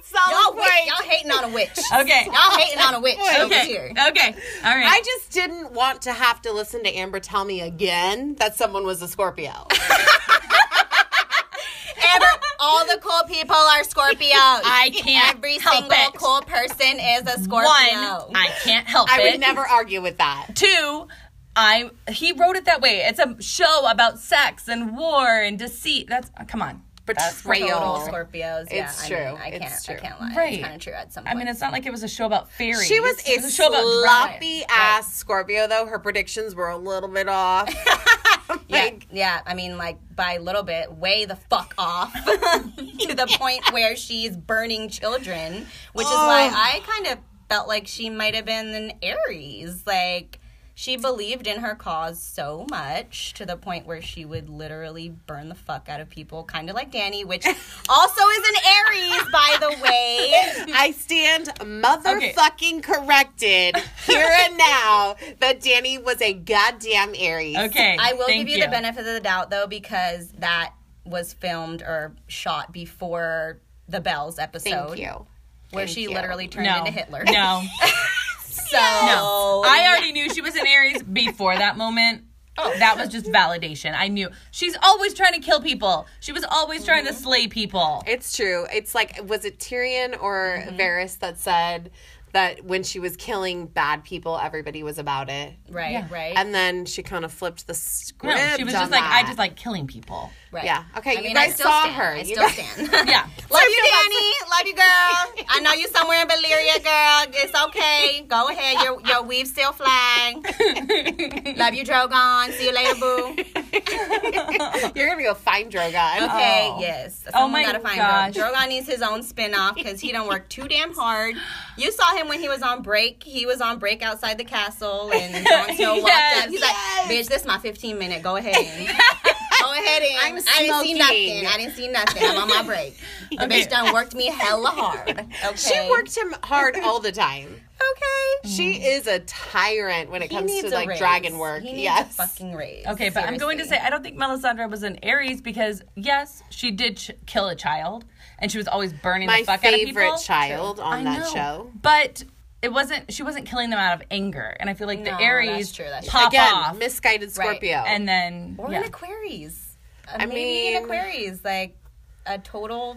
Speaker 5: Y'all, witch, y'all hating on a witch.
Speaker 1: Okay.
Speaker 5: Y'all hating on
Speaker 1: *laughs*
Speaker 5: a witch over
Speaker 1: Okay.
Speaker 5: here.
Speaker 1: Okay. All right.
Speaker 3: I just didn't want to have to listen to Amber tell me again that someone was a Scorpio.
Speaker 5: Ever, all the cool people are Scorpio.
Speaker 1: *laughs* I can't
Speaker 5: Every
Speaker 1: help
Speaker 5: single
Speaker 1: it.
Speaker 5: cool person is a
Speaker 1: One,
Speaker 5: Scorpio.
Speaker 1: I can't help
Speaker 3: I
Speaker 1: it.
Speaker 3: would never argue with that.
Speaker 1: Two, I he wrote it that way. It's a show about sex and war and deceit. That's uh, come on.
Speaker 5: Total
Speaker 3: Betrayal.
Speaker 5: Scorpios. Yeah,
Speaker 3: It's
Speaker 5: I
Speaker 3: true.
Speaker 5: Mean, I can't.
Speaker 3: It's true.
Speaker 5: I can't lie.
Speaker 1: Right.
Speaker 5: It's kind of true at some
Speaker 1: I
Speaker 5: point.
Speaker 1: mean, it's not like it was a show about fairies.
Speaker 3: She was
Speaker 1: It
Speaker 3: a
Speaker 1: was a show about dragons.
Speaker 3: sloppy ass Scorpio, though. Her predictions were a little bit off. *laughs* like,
Speaker 5: *laughs* yeah, I mean, like by a little bit, way the fuck off *laughs* to the point where she's burning children, which is why I kind of felt like she might have been an Aries. Like she believed in her cause so much to the point where she would literally burn the fuck out of people, kind of like Danny, which also is an Aries, by the way.
Speaker 3: I stand motherfucking corrected here and now that Danny was a goddamn Aries.
Speaker 1: Okay.
Speaker 5: I will
Speaker 1: thank
Speaker 5: give you, the benefit of the doubt though, because that was filmed or shot before the Bells episode.
Speaker 3: Thank you.
Speaker 5: where
Speaker 3: Thank
Speaker 5: she
Speaker 3: you.
Speaker 5: literally turned
Speaker 1: No.
Speaker 5: into Hitler.
Speaker 1: No.
Speaker 5: *laughs* So
Speaker 3: Oh.
Speaker 1: No. I already knew she was an Aries before that moment.
Speaker 3: Oh.
Speaker 1: That was just validation. I knew. She's always trying to kill people. She was always trying
Speaker 3: Mm-hmm.
Speaker 1: to slay people.
Speaker 3: It's true. It's like was it Tyrion or Varys that said that when she was killing bad people, everybody was about it.
Speaker 5: Right, right.
Speaker 3: And then she kind of flipped the
Speaker 1: No,
Speaker 3: script.
Speaker 1: she was just
Speaker 3: on
Speaker 1: like, I
Speaker 3: that.
Speaker 1: just like killing people.
Speaker 5: right.
Speaker 3: Yeah. Okay,
Speaker 5: I
Speaker 3: you
Speaker 5: mean, I
Speaker 3: guys
Speaker 5: still
Speaker 3: saw
Speaker 5: stand.
Speaker 3: her.
Speaker 5: I
Speaker 3: You
Speaker 5: still
Speaker 3: guys- *laughs*
Speaker 5: stand.
Speaker 1: Yeah.
Speaker 5: Love you, Danny. Love you, girl. I know you somewhere in Beliria, girl. It's okay. Go ahead. Your your weave still flying. Love you, Drogon. See you later, boo.
Speaker 3: *laughs* You're gonna go find Drogon.
Speaker 5: Okay,
Speaker 1: Oh.
Speaker 5: yes. Someone
Speaker 1: my
Speaker 5: gotta find
Speaker 1: gosh.
Speaker 5: Drogon. Drogon needs his own spinoff because he don't work too damn hard. You saw him when he was on break. He was on break outside the castle, and Jon Snow walked
Speaker 1: Yes,
Speaker 5: up. He's like, "Bitch, this my 15 minute. Go ahead." in." Go ahead and
Speaker 3: I'm
Speaker 5: I didn't see
Speaker 3: smoking.
Speaker 5: nothing. I didn't see nothing. I'm on my break. The bitch done worked me hella hard. Okay.
Speaker 3: She worked him hard all the time.
Speaker 5: Okay.
Speaker 3: She is a tyrant when it
Speaker 5: He
Speaker 3: comes
Speaker 5: needs
Speaker 3: to
Speaker 5: a
Speaker 3: like
Speaker 5: raise.
Speaker 3: dragon work.
Speaker 5: He needs
Speaker 3: yes.
Speaker 5: a fucking raise.
Speaker 1: Okay, but I'm going to say I don't think Melisandre was an Aries because yes, she did ch- kill a child, and she was always burning
Speaker 3: My
Speaker 1: the fuck out
Speaker 3: favorite
Speaker 1: of people.
Speaker 3: child on
Speaker 1: I
Speaker 3: that
Speaker 1: know,
Speaker 3: show.
Speaker 1: but it wasn't. She wasn't killing them out of anger, and I feel like
Speaker 5: No,
Speaker 1: the Aries
Speaker 5: that's true, that's
Speaker 1: pop
Speaker 3: Again,
Speaker 1: off,
Speaker 3: misguided Scorpio.
Speaker 1: and then
Speaker 5: Or
Speaker 1: yeah.
Speaker 5: an Aquarius. I Maybe
Speaker 3: mean-
Speaker 5: an Aquarius, like a total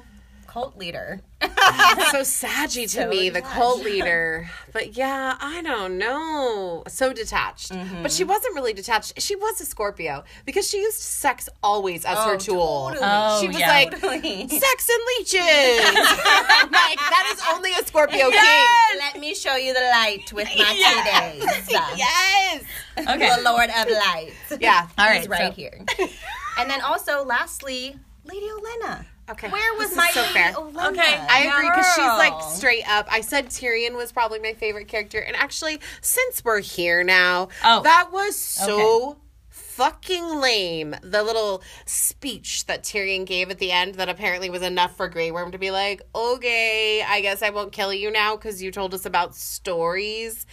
Speaker 3: *laughs*
Speaker 5: cult leader.
Speaker 3: Oh, so saggy to me, the cult leader. *laughs* But yeah, I don't know. So detached. But she wasn't really detached. She was a Scorpio because she used sex always as her tool.
Speaker 5: totally.
Speaker 1: Oh,
Speaker 3: she was
Speaker 1: yeah.
Speaker 3: like,
Speaker 5: *laughs* Totally.
Speaker 3: sex and leeches. *laughs* like, that is only a Scorpio *laughs* king.
Speaker 5: Let me show you the light with
Speaker 3: *laughs*
Speaker 5: my two days.
Speaker 3: Yes. *laughs*
Speaker 1: okay,
Speaker 5: The Lord of Light.
Speaker 3: Yeah.
Speaker 1: all
Speaker 5: He's
Speaker 1: right,
Speaker 5: right
Speaker 1: so-
Speaker 3: *laughs*
Speaker 5: here. and then also, lastly, Lady Olenna.
Speaker 3: Okay.
Speaker 5: Where was
Speaker 3: This is
Speaker 5: my
Speaker 3: so
Speaker 5: Lady
Speaker 3: fair.
Speaker 5: Olenna?
Speaker 1: Okay,
Speaker 3: I agree because she's like
Speaker 5: Girl.
Speaker 3: straight up. I said Tyrion was probably my favorite character, and actually, since we're here now,
Speaker 1: Oh.
Speaker 3: that was so fucking lame. The little speech that Tyrion gave at the end that apparently was enough for Grey Worm to be like, "Okay, I guess I won't kill you now because you told us about stories."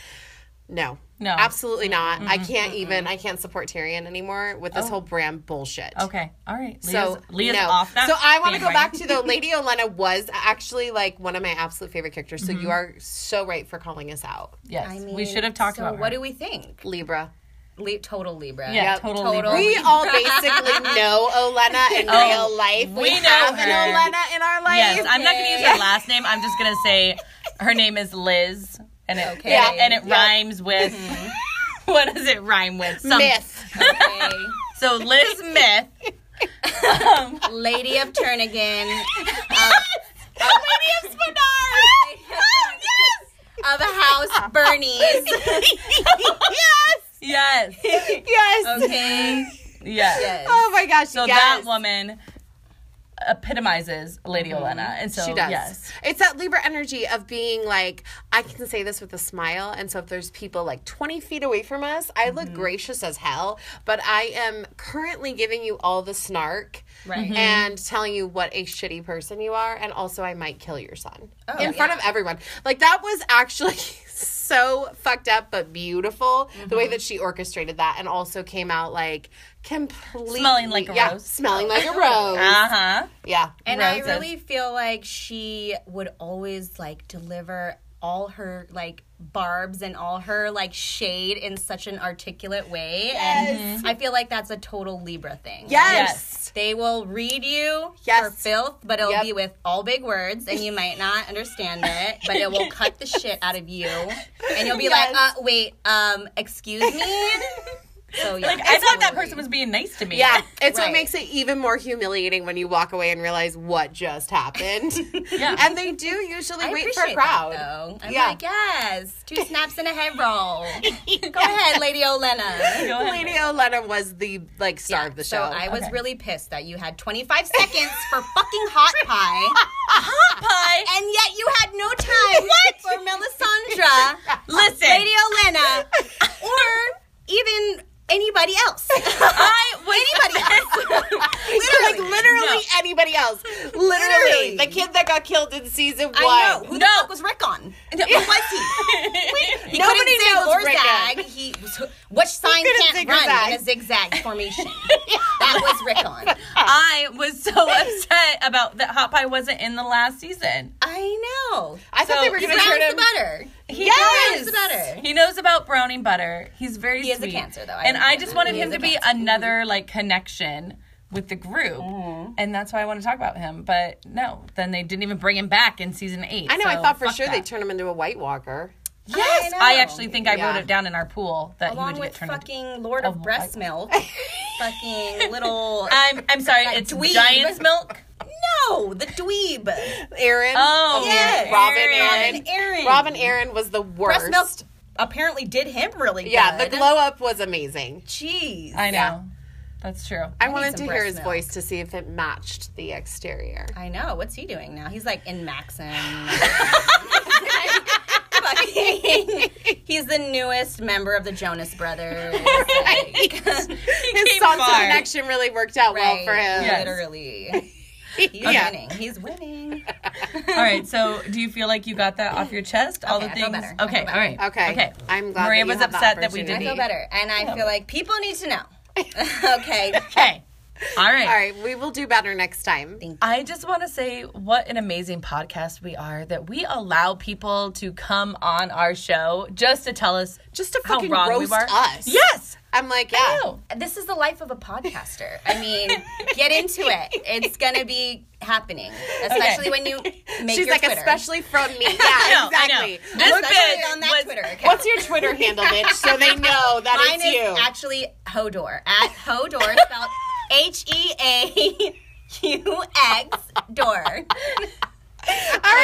Speaker 3: No.
Speaker 1: No.
Speaker 3: Absolutely not. I can't even. I can't support Tyrion anymore with
Speaker 1: Oh.
Speaker 3: this whole Bram bullshit.
Speaker 1: okay, all right. Leah's,
Speaker 3: So
Speaker 1: Leah's
Speaker 3: no.
Speaker 1: off that.
Speaker 3: So I want to go
Speaker 1: bandwagon. *laughs*
Speaker 3: back to though. Lady Olenna was actually like one of my absolute favorite characters. So
Speaker 1: Mm-hmm.
Speaker 3: you are so right for calling us out,
Speaker 1: Yes,
Speaker 5: I mean,
Speaker 1: we should have talked
Speaker 5: so
Speaker 1: about
Speaker 5: what
Speaker 1: her.
Speaker 5: do we think?
Speaker 3: Libra.
Speaker 5: Le- total Libra.
Speaker 1: Yeah, total Libra.
Speaker 3: We
Speaker 1: *laughs*
Speaker 3: all basically know Olenna in real life.
Speaker 1: Oh, we know
Speaker 3: have an
Speaker 1: her.
Speaker 3: Olenna in our life.
Speaker 1: Yes, I'm not going to use her last name. I'm just going to say her name is Liz, and it
Speaker 5: Okay.
Speaker 1: and, it- and it
Speaker 3: Yeah. Mm-hmm.
Speaker 1: rhymes with *laughs* what does it rhyme with? Some- *laughs*
Speaker 3: Myth.
Speaker 5: Okay.
Speaker 1: So
Speaker 3: *laughs*
Speaker 1: Liz Myth. Um,
Speaker 5: Lady of Turnigan. of, Lady
Speaker 3: *laughs*
Speaker 5: of Spinard. Of House Bernice.
Speaker 3: *laughs*
Speaker 1: Yes.
Speaker 3: Yes.
Speaker 5: Okay.
Speaker 1: Yes.
Speaker 5: Yes.
Speaker 3: Oh my gosh.
Speaker 1: So
Speaker 3: yes.
Speaker 1: that woman epitomizes Lady Olenna, and so
Speaker 3: Mm-hmm. She does.
Speaker 1: yes.
Speaker 3: It's that Libra energy of being like, I can say this with a smile. And so if there's people like 20 feet away from us, I
Speaker 1: Mm-hmm.
Speaker 3: look gracious as hell, but I am currently giving you all the snark
Speaker 5: Right.
Speaker 3: and telling you what a shitty person you are. And also, I might kill your son
Speaker 1: Oh,
Speaker 3: in front of everyone. Like, that was actually. *laughs* So fucked up, but beautiful. The way that she orchestrated that, and also came out like
Speaker 1: Mm-hmm.
Speaker 3: completely
Speaker 1: Smelling like a
Speaker 3: yeah,
Speaker 1: rose. *laughs*
Speaker 3: Smelling like a rose.
Speaker 1: Uh huh.
Speaker 3: yeah,
Speaker 5: And
Speaker 1: Roses.
Speaker 5: I really feel like she would always like deliver all her like barbs and all her like shade in such an articulate way. And
Speaker 1: Mm-hmm.
Speaker 5: I feel like that's a total Libra thing.
Speaker 1: Yes.
Speaker 5: They will read you for
Speaker 3: Yes.
Speaker 5: filth, but it'll
Speaker 3: Yep.
Speaker 5: be with all big words, and you might not understand it, but it will cut the shit out of you, and you'll be like, uh, "Wait, um, excuse me." So yeah,
Speaker 1: Like I thought that person was being nice to me.
Speaker 5: *laughs*
Speaker 3: Yeah, it's what
Speaker 5: Right.
Speaker 3: makes it even more humiliating when you walk away and realize what just
Speaker 5: *laughs*
Speaker 3: happened.
Speaker 1: Yeah.
Speaker 3: *laughs* And they do usually
Speaker 5: I
Speaker 3: wait for a
Speaker 5: appreciate
Speaker 3: crowd.
Speaker 5: That, though. I'm
Speaker 3: Yeah.
Speaker 5: like, yes,
Speaker 3: *laughs*
Speaker 5: two snaps and a head roll. Go ahead, Lady Olenna.
Speaker 1: *laughs* Go ahead.
Speaker 3: Lady Olenna was the like star of the
Speaker 5: So
Speaker 3: show.
Speaker 5: I was
Speaker 1: Okay.
Speaker 5: really pissed that you had 25 seconds for fucking hot
Speaker 3: *laughs*
Speaker 5: pie,
Speaker 1: Pie.
Speaker 5: and yet you had no time for
Speaker 3: *laughs*
Speaker 5: Melisandre,
Speaker 1: Listen,
Speaker 5: Lady Olenna, or even anybody
Speaker 3: *laughs*
Speaker 5: else.
Speaker 1: I was anybody else.
Speaker 3: *laughs*
Speaker 5: *laughs*
Speaker 3: literally, like literally anybody else. Literally.
Speaker 5: Literally.
Speaker 3: The kid that got killed in season one.
Speaker 5: I know who the
Speaker 1: No.
Speaker 5: fuck was Rick on. Who was he? He
Speaker 3: Nobody
Speaker 5: couldn't zig
Speaker 3: knows
Speaker 5: or
Speaker 3: Rick
Speaker 5: zag. He which sign
Speaker 3: couldn't
Speaker 5: can't
Speaker 3: zig or
Speaker 5: run
Speaker 3: zag.
Speaker 5: in a
Speaker 3: *laughs*
Speaker 5: zigzag formation. That was Rick on. *laughs*
Speaker 1: I was so *laughs* upset about that hot pie wasn't in the last season.
Speaker 5: I know.
Speaker 3: I thought
Speaker 1: So
Speaker 3: they were
Speaker 5: He
Speaker 3: going to turn
Speaker 5: browns
Speaker 3: him.
Speaker 5: the butter.
Speaker 1: He
Speaker 3: Yes!
Speaker 1: knows
Speaker 5: Browns the butter.
Speaker 1: He knows about browning butter. He's very
Speaker 5: He has a
Speaker 1: sweet.
Speaker 5: cancer, though. I
Speaker 1: and I
Speaker 5: understand
Speaker 1: just
Speaker 5: that.
Speaker 1: wanted
Speaker 5: He
Speaker 1: him
Speaker 5: has
Speaker 1: to
Speaker 5: a
Speaker 1: be another like connection with the group, and that's why I want to talk about him. But no, then they didn't even bring him back in season eight.
Speaker 3: I know. I
Speaker 1: so
Speaker 3: thought for
Speaker 1: fuck
Speaker 3: sure
Speaker 1: that.
Speaker 3: they'd turn him into a White Walker.
Speaker 1: Yes, I,
Speaker 5: I know.
Speaker 1: actually think I
Speaker 3: Yeah.
Speaker 1: wrote it down in our pool that he
Speaker 5: *laughs* Along
Speaker 1: would
Speaker 5: with
Speaker 1: get turned. into-
Speaker 5: fucking Lord of
Speaker 3: *laughs*
Speaker 5: Breast Milk. fucking little.
Speaker 3: Uh,
Speaker 1: I'm I'm sorry,
Speaker 5: Like
Speaker 1: it's
Speaker 5: dweeb.
Speaker 1: Giant's milk.
Speaker 5: no, the dweeb.
Speaker 3: Aaron.
Speaker 1: Oh,
Speaker 5: Yes.
Speaker 3: Robin
Speaker 5: Aaron.
Speaker 3: Aaron.
Speaker 5: Aaron.
Speaker 3: Robin Aaron was the worst.
Speaker 5: Breast milk apparently did him really
Speaker 3: yeah,
Speaker 5: good.
Speaker 3: the glow up was amazing.
Speaker 5: Jeez.
Speaker 1: I know.
Speaker 3: Yeah.
Speaker 1: That's true.
Speaker 3: I,
Speaker 5: need
Speaker 3: wanted
Speaker 5: some
Speaker 3: to hear
Speaker 5: breast
Speaker 3: his
Speaker 5: milk.
Speaker 3: voice to see if it matched the exterior.
Speaker 5: I know. What's he doing now? He's like
Speaker 3: *laughs*
Speaker 5: in Maxim. Fucking- He's the newest member of the Jonas
Speaker 3: *laughs*
Speaker 5: Brothers.
Speaker 3: His song selection really worked out well for him.
Speaker 1: Yeah.
Speaker 5: Literally. He's
Speaker 3: Yeah.
Speaker 5: winning. He's winning.
Speaker 1: All right, so do you feel like you got that off your chest? All
Speaker 5: Okay,
Speaker 1: the
Speaker 5: I feel
Speaker 1: things.
Speaker 5: better. I
Speaker 1: Okay,
Speaker 5: feel
Speaker 1: all right.
Speaker 3: Okay.
Speaker 1: Okay.
Speaker 3: I'm glad
Speaker 1: Maria
Speaker 3: that you
Speaker 1: was
Speaker 3: had the
Speaker 1: upset that we
Speaker 5: I
Speaker 1: didn't.
Speaker 3: opportunity.
Speaker 5: feel
Speaker 1: eat.
Speaker 5: better. And I feel like people need
Speaker 3: *laughs*
Speaker 5: to know. okay.
Speaker 1: e- Okay. All right.
Speaker 3: All right, we will do better next time.
Speaker 1: I just want to say what an amazing podcast we are that we allow people to come on our show just to tell us
Speaker 3: Just to
Speaker 1: how
Speaker 3: fucking
Speaker 1: wrong we
Speaker 3: roast
Speaker 1: were.
Speaker 3: us.
Speaker 1: Yes.
Speaker 3: I'm like, yeah.
Speaker 1: No.
Speaker 5: This is the life of a podcaster. I mean, get into it. It's going to be happening, especially when you make
Speaker 3: She's
Speaker 5: your
Speaker 3: like,
Speaker 5: Twitter.
Speaker 3: especially from *laughs* me.
Speaker 1: know,
Speaker 3: Yeah,
Speaker 1: I know.
Speaker 3: exactly.
Speaker 1: This
Speaker 5: Especially
Speaker 1: bitch
Speaker 5: on that
Speaker 1: was-
Speaker 5: Twitter account.
Speaker 3: What's your *laughs* Twitter handle, bitch? So they know that
Speaker 5: Mine
Speaker 3: it's
Speaker 5: is
Speaker 3: you.
Speaker 5: actually Hodor. At Hodor,
Speaker 3: *laughs*
Speaker 5: spelled H E A U X
Speaker 3: All
Speaker 5: door.
Speaker 3: right,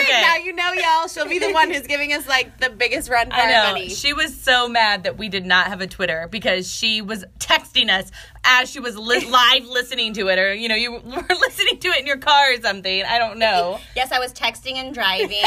Speaker 1: Okay.
Speaker 3: now you know, y'all. She'll be the one who's giving us like the biggest run for
Speaker 1: I
Speaker 3: our
Speaker 1: know.
Speaker 3: money.
Speaker 1: She was so mad that we did not have a Twitter because she was texting us as she was
Speaker 3: *laughs*
Speaker 1: li- live listening to it, or you *laughs* know, you were listening to it in your car or something. I don't
Speaker 3: *laughs*
Speaker 1: know.
Speaker 5: Yes, I was texting and driving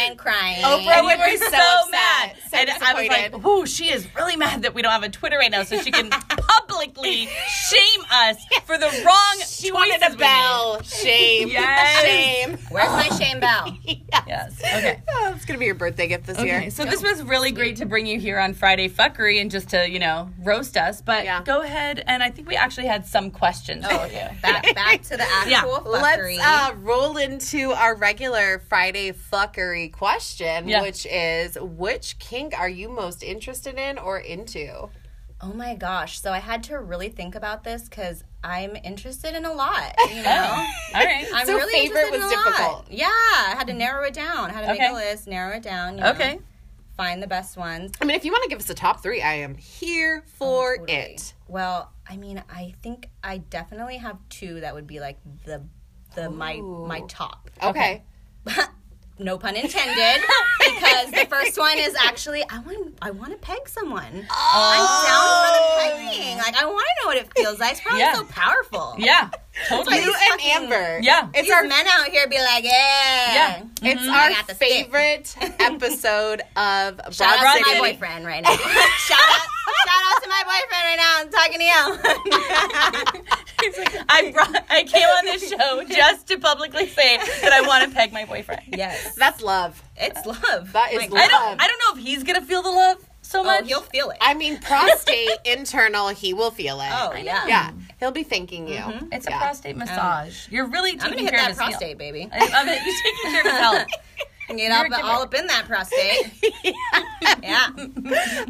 Speaker 5: and crying.
Speaker 3: Oprah would
Speaker 1: We're
Speaker 3: be so, upset,
Speaker 1: mad.
Speaker 3: so
Speaker 1: and I was
Speaker 3: disappointed.
Speaker 1: like, ooh, she is really mad that we don't have a Twitter right now so she
Speaker 3: *laughs*
Speaker 1: can publicly shame us for the wrong
Speaker 3: she
Speaker 1: choices
Speaker 3: wanted a
Speaker 1: we
Speaker 3: bell. *laughs* Shame.
Speaker 1: Yes.
Speaker 3: Shame.
Speaker 5: Where's my
Speaker 3: *laughs*
Speaker 5: shame bell?
Speaker 1: made. Yes. Okay.
Speaker 3: Oh, it's gonna be your birthday gift this
Speaker 1: Okay,
Speaker 3: year.
Speaker 1: so this was really great to bring you here on Friday Fuckery and just to, you know, roast us. But
Speaker 3: Yeah. Oh,
Speaker 1: go ahead, and I think we actually had some questions for you.
Speaker 5: Back, back to the actual
Speaker 1: Yeah.
Speaker 5: fuckery.
Speaker 3: Let's uh, roll into our regular Friday fuckery question,
Speaker 1: Yeah.
Speaker 3: which is which kink are you most interested in or into?
Speaker 5: oh my gosh. So I had to really think about this because I'm interested in a lot, you know?
Speaker 3: *laughs*
Speaker 1: All right.
Speaker 5: I'm
Speaker 3: So
Speaker 5: really
Speaker 3: favorite
Speaker 5: interested
Speaker 3: was
Speaker 5: in a lot.
Speaker 3: difficult.
Speaker 5: Yeah, I had to narrow it down. I had to make
Speaker 1: Okay.
Speaker 5: a list, narrow it down. You know,
Speaker 1: Okay.
Speaker 5: Find the best ones.
Speaker 3: I mean, if you want to give us a top three, I am here for it.
Speaker 5: Well, I mean, I think I definitely have two that would be like the the my my top.
Speaker 3: Okay.
Speaker 5: No pun intended, because the first one is actually I want I want to peg someone. I'm down for the pegging. Like I want to know what it feels like. It's probably
Speaker 1: Yeah.
Speaker 5: so powerful.
Speaker 1: Yeah, totally.
Speaker 3: You and Amber.
Speaker 1: Yeah.
Speaker 3: It's
Speaker 5: These
Speaker 3: our
Speaker 5: men out here be like, yeah.
Speaker 1: Yeah.
Speaker 3: It's
Speaker 5: Mm-hmm. I
Speaker 3: our
Speaker 5: got the stick. *laughs*
Speaker 3: favorite episode of
Speaker 5: Shout out
Speaker 3: Broad
Speaker 5: to my
Speaker 3: City.
Speaker 5: boyfriend right now. *laughs* shout out, shout out to my boyfriend right now. I'm talking to you.
Speaker 1: I brought, I came on this show just to publicly say that I want to peg my boyfriend.
Speaker 5: yes,
Speaker 3: That's love.
Speaker 5: *laughs* it's love.
Speaker 3: That is
Speaker 5: Oh My God.
Speaker 3: love.
Speaker 1: I don't, I don't know if he's gonna feel the love so
Speaker 5: Oh,
Speaker 1: much.
Speaker 5: he'll feel it.
Speaker 3: I mean, prostate *laughs* internal, he will feel it.
Speaker 5: oh Mm-hmm. yeah.
Speaker 3: yeah. He'll be thanking you.
Speaker 1: it's a
Speaker 3: yeah.
Speaker 1: prostate massage. You're really
Speaker 5: I'm
Speaker 1: taking
Speaker 5: gonna hit
Speaker 1: care
Speaker 5: that
Speaker 1: of his health.
Speaker 5: prostate, baby.
Speaker 1: I love it. You're taking care of his health.
Speaker 5: Get up, all up in that prostate.
Speaker 3: *laughs*
Speaker 5: yeah.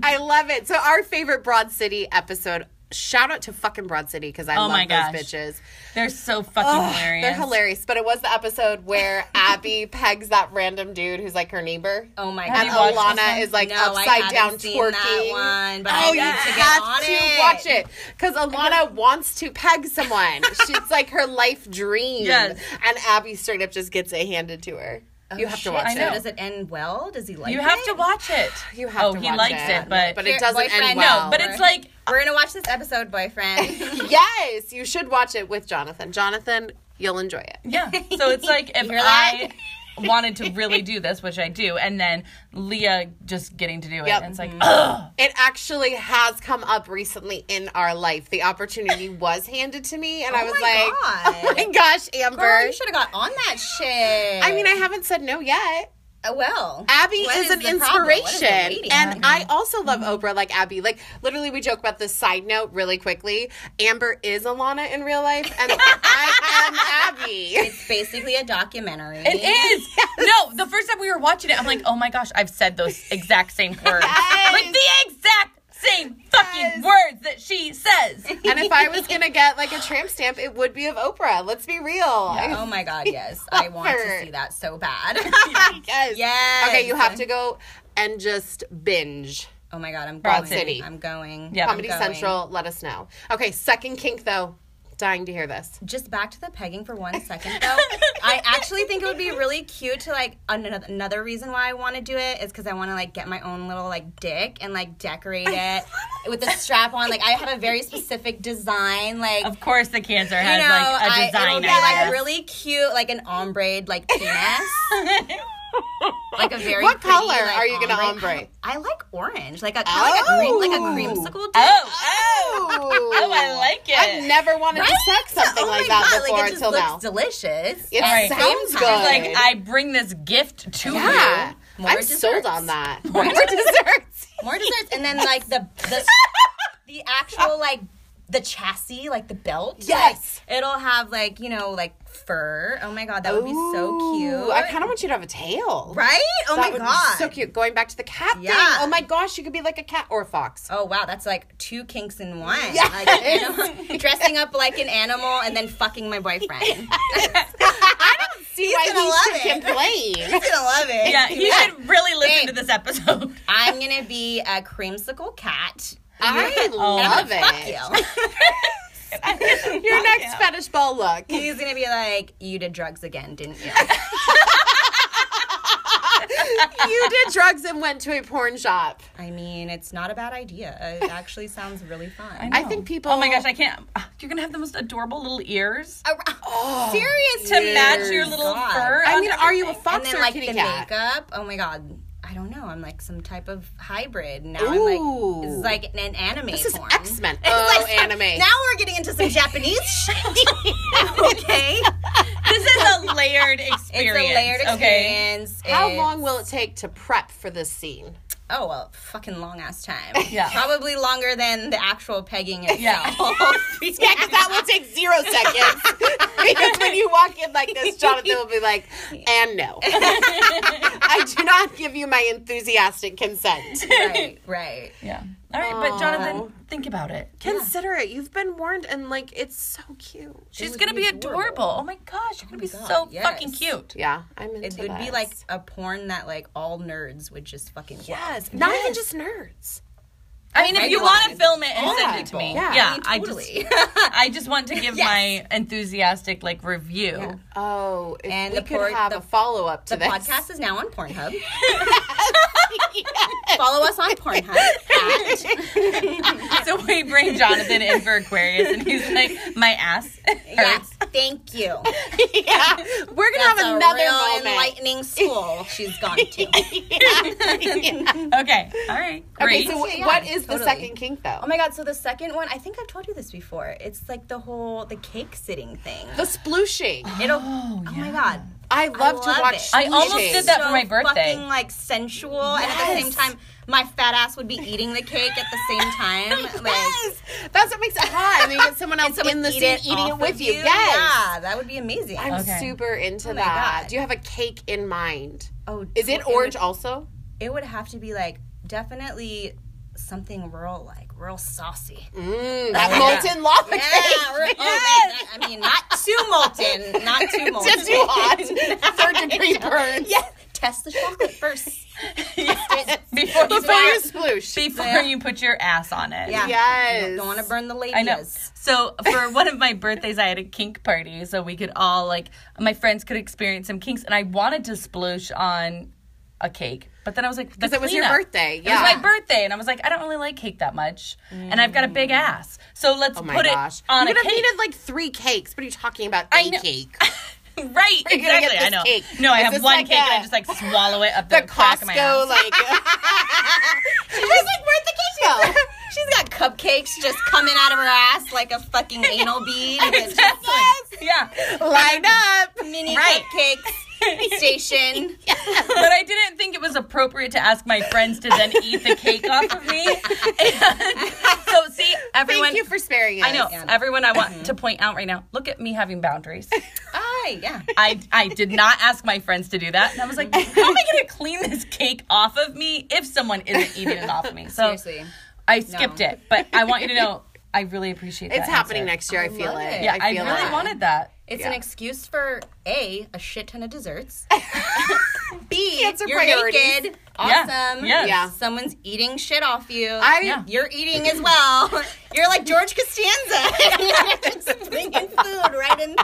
Speaker 3: I love it. So, our favorite Broad City episode. Shout out to fucking Broad City because I love
Speaker 1: my gosh.
Speaker 3: those bitches.
Speaker 1: They're so fucking hilarious.
Speaker 3: They're hilarious. But it was the episode where Abby pegs that random dude who's like her neighbor.
Speaker 5: Oh my
Speaker 1: you watched
Speaker 3: and
Speaker 5: god.
Speaker 1: this
Speaker 3: Alana
Speaker 1: one?
Speaker 3: is like
Speaker 5: No, I
Speaker 3: upside
Speaker 5: haven't
Speaker 3: down
Speaker 5: seen
Speaker 3: twerking.
Speaker 5: that one, but I
Speaker 3: oh,
Speaker 5: need
Speaker 3: you
Speaker 5: to get
Speaker 3: have
Speaker 5: on
Speaker 3: to
Speaker 5: it.
Speaker 3: watch it because Alana wants to peg someone. She's like her life dream.
Speaker 1: Yes.
Speaker 3: And Abby straight up just gets it handed to her. you
Speaker 5: Oh,
Speaker 3: have to watch
Speaker 1: I
Speaker 5: So
Speaker 1: know.
Speaker 3: it.
Speaker 5: does it end well? Does he like
Speaker 1: You
Speaker 5: it?
Speaker 1: have to watch it.
Speaker 3: You have
Speaker 1: oh,
Speaker 3: to
Speaker 1: he
Speaker 3: watch
Speaker 1: likes
Speaker 3: it.
Speaker 1: it, but
Speaker 3: But
Speaker 5: Your
Speaker 3: it doesn't
Speaker 5: boyfriend-
Speaker 3: end well.
Speaker 1: no, but it's like
Speaker 5: We're gonna watch this episode,
Speaker 3: *laughs*
Speaker 5: boyfriend.
Speaker 3: yes, you should watch it with Jonathan. Jonathan, you'll enjoy it.
Speaker 1: Yeah. So it's like if I wanted to really do this, which I do, and then Leah just getting to do it.
Speaker 3: Yep.
Speaker 1: And it's like, ugh.
Speaker 3: It actually has come up recently in our life. The opportunity was handed to me, and I was
Speaker 5: Oh my
Speaker 3: like, *laughs*
Speaker 5: God.
Speaker 3: "Oh my gosh, Amber!"
Speaker 5: Girl, you should have got on that shit.
Speaker 3: I mean, I haven't said no yet.
Speaker 5: Uh, well,
Speaker 3: Abby
Speaker 5: what
Speaker 3: is an
Speaker 5: the problem? What is the
Speaker 3: inspiration.
Speaker 5: waiting? Mm-hmm.
Speaker 3: And I also love Oprah like Abby. Like, literally, we joke about this side note really quickly. Amber is Alana in real life, and I am
Speaker 5: *laughs*
Speaker 3: Abby.
Speaker 5: it's basically a documentary.
Speaker 1: It is. *laughs* No, the first time we were watching it, I'm like, oh my gosh, I've said those exact same words. Like the exact same fucking words that she says.
Speaker 3: And if I was gonna get like a tramp stamp, it would be of Oprah. Let's be real.
Speaker 5: Oh my god, yes. I want
Speaker 3: her.
Speaker 5: to see that so bad.
Speaker 3: *laughs* yes.
Speaker 5: Yes.
Speaker 3: Okay, you have to go and just binge.
Speaker 5: Oh my god, I'm
Speaker 3: Broad
Speaker 5: going.
Speaker 3: City.
Speaker 5: I'm going.
Speaker 1: Yeah.
Speaker 5: Yeah.
Speaker 3: Comedy
Speaker 5: going.
Speaker 3: Central, let us know. Okay, second kink though. Dying to hear
Speaker 5: *laughs*
Speaker 3: this.
Speaker 5: Just back to the pegging
Speaker 3: *laughs*
Speaker 5: for one second though. I actually think it would be really cute to like an- another reason why I want to do it is because I want to like get my own little like dick and like decorate it with a strap on. Like I have a very specific design. Like
Speaker 1: Of course, the cancer
Speaker 5: you
Speaker 1: has
Speaker 5: know,
Speaker 1: like a
Speaker 5: I,
Speaker 1: design.
Speaker 5: it'll be
Speaker 1: idea. *laughs*
Speaker 5: like really cute, like an ombre
Speaker 3: *laughs*
Speaker 5: like penis.
Speaker 1: oh,
Speaker 5: like a very
Speaker 3: What
Speaker 5: pretty,
Speaker 3: color
Speaker 5: like,
Speaker 3: are you gonna ombre? Oh.
Speaker 5: I, I like orange, like a kind of like a cream, like a creamsicle. dick.
Speaker 1: oh, oh, oh, I like it.
Speaker 3: I've never wanted to suck something
Speaker 5: *laughs* Oh
Speaker 3: like
Speaker 5: my
Speaker 3: that
Speaker 5: God,
Speaker 3: before
Speaker 5: like, it just
Speaker 3: until
Speaker 5: looks
Speaker 3: now.
Speaker 5: Delicious.
Speaker 3: It
Speaker 1: Right.
Speaker 3: sounds good.
Speaker 5: She's
Speaker 1: like I bring this gift to
Speaker 3: yeah,
Speaker 5: More
Speaker 3: I'm sold
Speaker 5: desserts.
Speaker 3: on that.
Speaker 5: *laughs* more desserts, more desserts, and then like the
Speaker 3: *laughs*
Speaker 5: the, the actual like the chassis, like the belt.
Speaker 3: Yes.
Speaker 5: Like, it'll have like you know like fur. Oh my god, that would be so
Speaker 3: Ooh,
Speaker 5: cute.
Speaker 3: I kind of want you to have a tail.
Speaker 5: right? Oh
Speaker 3: that
Speaker 5: my
Speaker 3: would
Speaker 5: god,
Speaker 3: be so cute. Going back to the cat thing.
Speaker 5: Yeah.
Speaker 3: Oh my gosh, you could be like a cat or a fox.
Speaker 5: Oh wow, that's like two kinks in one. Like, you know, *laughs* dressing up like an animal and then fucking my boyfriend. *laughs*
Speaker 3: See
Speaker 5: he's
Speaker 3: why
Speaker 5: gonna love
Speaker 3: he
Speaker 5: it.
Speaker 3: should complain.
Speaker 5: *laughs* I'm gonna love it.
Speaker 1: Yeah, you should really listen
Speaker 5: Babe.
Speaker 1: to this episode.
Speaker 5: I'm gonna be a creamsicle cat.
Speaker 3: I love it.
Speaker 5: Oh, Fuck you.
Speaker 3: Your next fetish ball look.
Speaker 5: *laughs* He's gonna be like, "You did drugs again, didn't you?"
Speaker 3: you did drugs and went to a porn shop.
Speaker 5: I mean, it's not a bad idea. It actually sounds really fun.
Speaker 3: I think people.
Speaker 1: *laughs* Oh my gosh, I can't. You're gonna have the most adorable little ears
Speaker 5: Serious
Speaker 1: to match your little
Speaker 5: Oh, God.
Speaker 1: fur.
Speaker 3: Oh. I
Speaker 1: on
Speaker 3: mean, are you a
Speaker 1: everything.
Speaker 3: fox
Speaker 5: and then
Speaker 3: or a
Speaker 5: like
Speaker 3: kitty
Speaker 5: the
Speaker 3: cat?
Speaker 5: makeup. Oh my god. I don't know. I'm like some type of hybrid now.
Speaker 3: Ooh.
Speaker 5: I'm like this is like an anime.
Speaker 3: This is
Speaker 5: porn.
Speaker 3: X Men.
Speaker 5: It's
Speaker 3: Oh,
Speaker 5: like some-
Speaker 3: anime.
Speaker 5: Now we're getting into
Speaker 1: *laughs*
Speaker 5: some Japanese shit. okay.
Speaker 1: *laughs* This is a layered experience.
Speaker 5: It's a layered
Speaker 1: Okay.
Speaker 5: experience.
Speaker 3: How
Speaker 5: It's-
Speaker 3: long will it take to prep for this scene?
Speaker 5: *laughs* Oh well, fucking long ass time.
Speaker 1: *laughs* Yeah.
Speaker 5: Probably longer than the actual pegging itself. *laughs*
Speaker 1: Yeah. *laughs*
Speaker 3: Yeah, because that will take zero *laughs* seconds. because when you walk in like this, Jonathan will be like, and no. *laughs* I do not give you my enthusiastic consent.
Speaker 5: Right. Right.
Speaker 1: Yeah. All right, but Jonathan, think about it.
Speaker 3: Consider it. You've been warned, and like, it's so cute.
Speaker 1: She's gonna be adorable. Oh my gosh, you're gonna be so
Speaker 5: God, yes.
Speaker 1: fucking cute.
Speaker 3: Yeah, I'm into
Speaker 5: It would be
Speaker 3: this.
Speaker 5: like a porn that like all nerds would just fucking yes.
Speaker 3: not even just nerds.
Speaker 1: I mean, if you
Speaker 5: Everyone.
Speaker 1: want to film it and send it to
Speaker 3: people.
Speaker 1: me,
Speaker 3: Yeah,
Speaker 1: yeah,
Speaker 3: I
Speaker 1: I, just, I just want to give my enthusiastic like review.
Speaker 3: Oh, if
Speaker 5: And
Speaker 3: we
Speaker 5: the
Speaker 3: could
Speaker 5: por-
Speaker 3: have
Speaker 5: the-
Speaker 3: a follow up to
Speaker 5: The
Speaker 3: this.
Speaker 5: podcast is now on *laughs* Pornhub. Follow us on Pornhub. at-
Speaker 1: *laughs* So we bring Jonathan in for Aquarius, and he's like, "My ass *laughs* hurts."
Speaker 5: yes, thank you.
Speaker 3: *laughs* yeah, we're gonna have
Speaker 5: That's a
Speaker 3: another
Speaker 5: real
Speaker 3: moment.
Speaker 5: enlightening school she's gone to.
Speaker 1: Okay, all right,
Speaker 3: Okay,
Speaker 1: great.
Speaker 3: so
Speaker 5: Yeah,
Speaker 3: what is the
Speaker 5: totally.
Speaker 3: second kink though?
Speaker 5: *laughs* Oh my god! So the second one, I think I've told you this before. It's like the whole the cake sitting thing.
Speaker 3: the splooshing.
Speaker 5: It'll. Oh, my god!
Speaker 3: I love to
Speaker 5: love
Speaker 3: watch.
Speaker 5: it.
Speaker 1: I almost
Speaker 3: splooshing. *laughs*
Speaker 1: did that for
Speaker 5: So
Speaker 1: my birthday.
Speaker 5: Fucking like sensual, and at the same time, my fat ass would be eating the cake at the same
Speaker 3: *laughs*
Speaker 5: time. Like,
Speaker 3: Yes, that's what makes it hot. And then you get
Speaker 5: *laughs*
Speaker 3: someone else
Speaker 5: someone
Speaker 3: in the
Speaker 5: eat
Speaker 3: scene
Speaker 5: it
Speaker 3: eating
Speaker 5: off
Speaker 3: it with
Speaker 5: of
Speaker 3: you. Yes.
Speaker 5: Yeah, that would be amazing.
Speaker 3: I'm
Speaker 1: Okay.
Speaker 3: super into
Speaker 5: Oh my
Speaker 3: that.
Speaker 5: God.
Speaker 3: Do you have a cake in mind?
Speaker 5: oh,
Speaker 3: Is it
Speaker 5: would-
Speaker 3: orange also?
Speaker 5: It would have to be like definitely something real, like real saucy.
Speaker 3: Mm, that molten lava
Speaker 5: *laughs* Oh, Yeah,
Speaker 3: cake.
Speaker 5: real-
Speaker 3: *laughs*
Speaker 5: oh, man, that- I mean, not too molten, not too molten.
Speaker 3: Just too hot. Third degree burn.
Speaker 5: *laughs* Yeah, test the chocolate
Speaker 3: *laughs*
Speaker 5: first.
Speaker 1: before
Speaker 3: Before
Speaker 1: before,
Speaker 3: you sploosh.
Speaker 1: before you put your ass on it.
Speaker 5: Yeah,
Speaker 3: Yes.
Speaker 5: You don't want to burn the ladies.
Speaker 1: I know. So for one of my birthdays, I had a kink party, so we could all like my friends could experience some kinks, and I wanted to sploosh on a cake, but then I was like, because
Speaker 3: it was your birthday,
Speaker 1: it
Speaker 3: yeah.
Speaker 1: was my birthday, and I was like, I don't really like cake that much, and I've got a big ass, so let's
Speaker 3: Mm. Oh my
Speaker 1: put
Speaker 3: gosh.
Speaker 1: it on a
Speaker 3: you would have
Speaker 1: cake.
Speaker 3: needed like three cakes. What are you talking about?
Speaker 1: I
Speaker 3: A
Speaker 1: know.
Speaker 3: cake.
Speaker 1: right,
Speaker 3: You're gonna get
Speaker 1: exactly. I
Speaker 3: this
Speaker 1: know.
Speaker 3: cake.
Speaker 1: No, I
Speaker 3: Is
Speaker 1: have
Speaker 3: this
Speaker 1: one
Speaker 3: like
Speaker 1: cake, and I
Speaker 3: a-
Speaker 1: just like swallow it up *laughs*
Speaker 3: The
Speaker 1: the, crack of my ass.
Speaker 3: Costco, like.
Speaker 1: *laughs*
Speaker 3: She's like, where'd the cake go?
Speaker 5: *laughs* She's got cupcakes just coming out of her ass like a
Speaker 3: *laughs*
Speaker 5: fucking anal bead. It's
Speaker 1: *laughs*
Speaker 5: just
Speaker 1: yeah,
Speaker 3: Line up.
Speaker 5: mini
Speaker 1: Right.
Speaker 3: *laughs*
Speaker 5: cupcakes station.
Speaker 1: *laughs* but I didn't think it was appropriate to ask my friends to then eat the cake off of me. *laughs* And so see, everyone.
Speaker 3: Thank you for sparing us.
Speaker 1: I know everyone. I
Speaker 5: uh-huh.
Speaker 1: want to point out right now. Look at me having boundaries.
Speaker 5: Hi, yeah.
Speaker 1: I I did not ask my friends to do that, and I was like, how am I going to clean this cake off of me if someone isn't eating it off of me? So
Speaker 5: Seriously.
Speaker 1: I skipped it, but I want you to know I really appreciate that.
Speaker 3: It's happening
Speaker 1: answer.
Speaker 3: next year. I, feel
Speaker 5: love
Speaker 3: it.
Speaker 5: it.
Speaker 1: Yeah,
Speaker 3: I
Speaker 1: I,
Speaker 3: feel
Speaker 1: really *laughs*
Speaker 3: it. *laughs*
Speaker 1: wanted that.
Speaker 5: It's an excuse for a a shit ton of desserts. B
Speaker 3: Kids are
Speaker 5: you're
Speaker 3: priorities.
Speaker 5: naked.
Speaker 1: Yeah.
Speaker 5: Awesome.
Speaker 1: Yes.
Speaker 3: Yeah.
Speaker 5: Someone's eating shit off you.
Speaker 3: I-
Speaker 1: Yeah.
Speaker 5: You're eating as well. *laughs* You're like George Costanza. You're
Speaker 3: *laughs*
Speaker 5: just bringing food right in,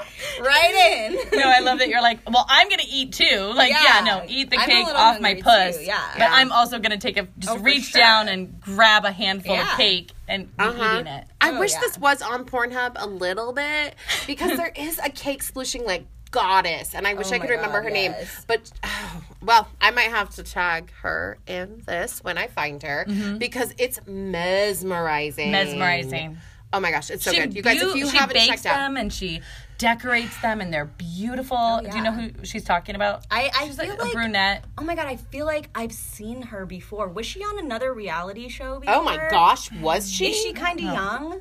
Speaker 5: right in.
Speaker 1: No, I love that you're like, well, I'm gonna eat too. Like, yeah,
Speaker 5: Yeah.
Speaker 1: no, eat the
Speaker 5: I'm a
Speaker 1: cake
Speaker 5: little
Speaker 1: off my
Speaker 5: hungry,
Speaker 1: puss.
Speaker 5: too. Yeah.
Speaker 1: but
Speaker 5: Yeah. Oh,
Speaker 1: I'm also gonna take a just
Speaker 5: for
Speaker 1: reach
Speaker 5: sure.
Speaker 1: down and grab a handful of
Speaker 5: Yeah.
Speaker 1: cake and be eating it.
Speaker 3: Uh-huh. I
Speaker 5: Oh,
Speaker 3: wish
Speaker 5: yeah.
Speaker 3: this was on Pornhub a little bit because there is a cake splooshing like goddess, and I
Speaker 1: Oh
Speaker 3: wish I could
Speaker 5: my
Speaker 3: remember
Speaker 5: God,
Speaker 3: her name.
Speaker 5: yes.
Speaker 3: But *sighs* oh, well, I might have to tag her in this when I find her because it's mesmerizing.
Speaker 1: Mm-hmm. Mesmerizing.
Speaker 3: Oh my gosh, it's so
Speaker 1: She
Speaker 3: good. You guys, if
Speaker 1: beau-
Speaker 3: you
Speaker 1: she
Speaker 3: haven't
Speaker 1: bakes
Speaker 3: checked out,
Speaker 1: them and she decorates them and they're beautiful.
Speaker 3: Oh,
Speaker 1: Do you know who she's talking about?
Speaker 5: I, I
Speaker 1: she's
Speaker 5: feel
Speaker 1: like
Speaker 5: like,
Speaker 1: a brunette.
Speaker 5: Oh my god, I feel like I've seen her before. Was she on another reality show before?
Speaker 3: oh my gosh, was she?
Speaker 5: Is she kind of young?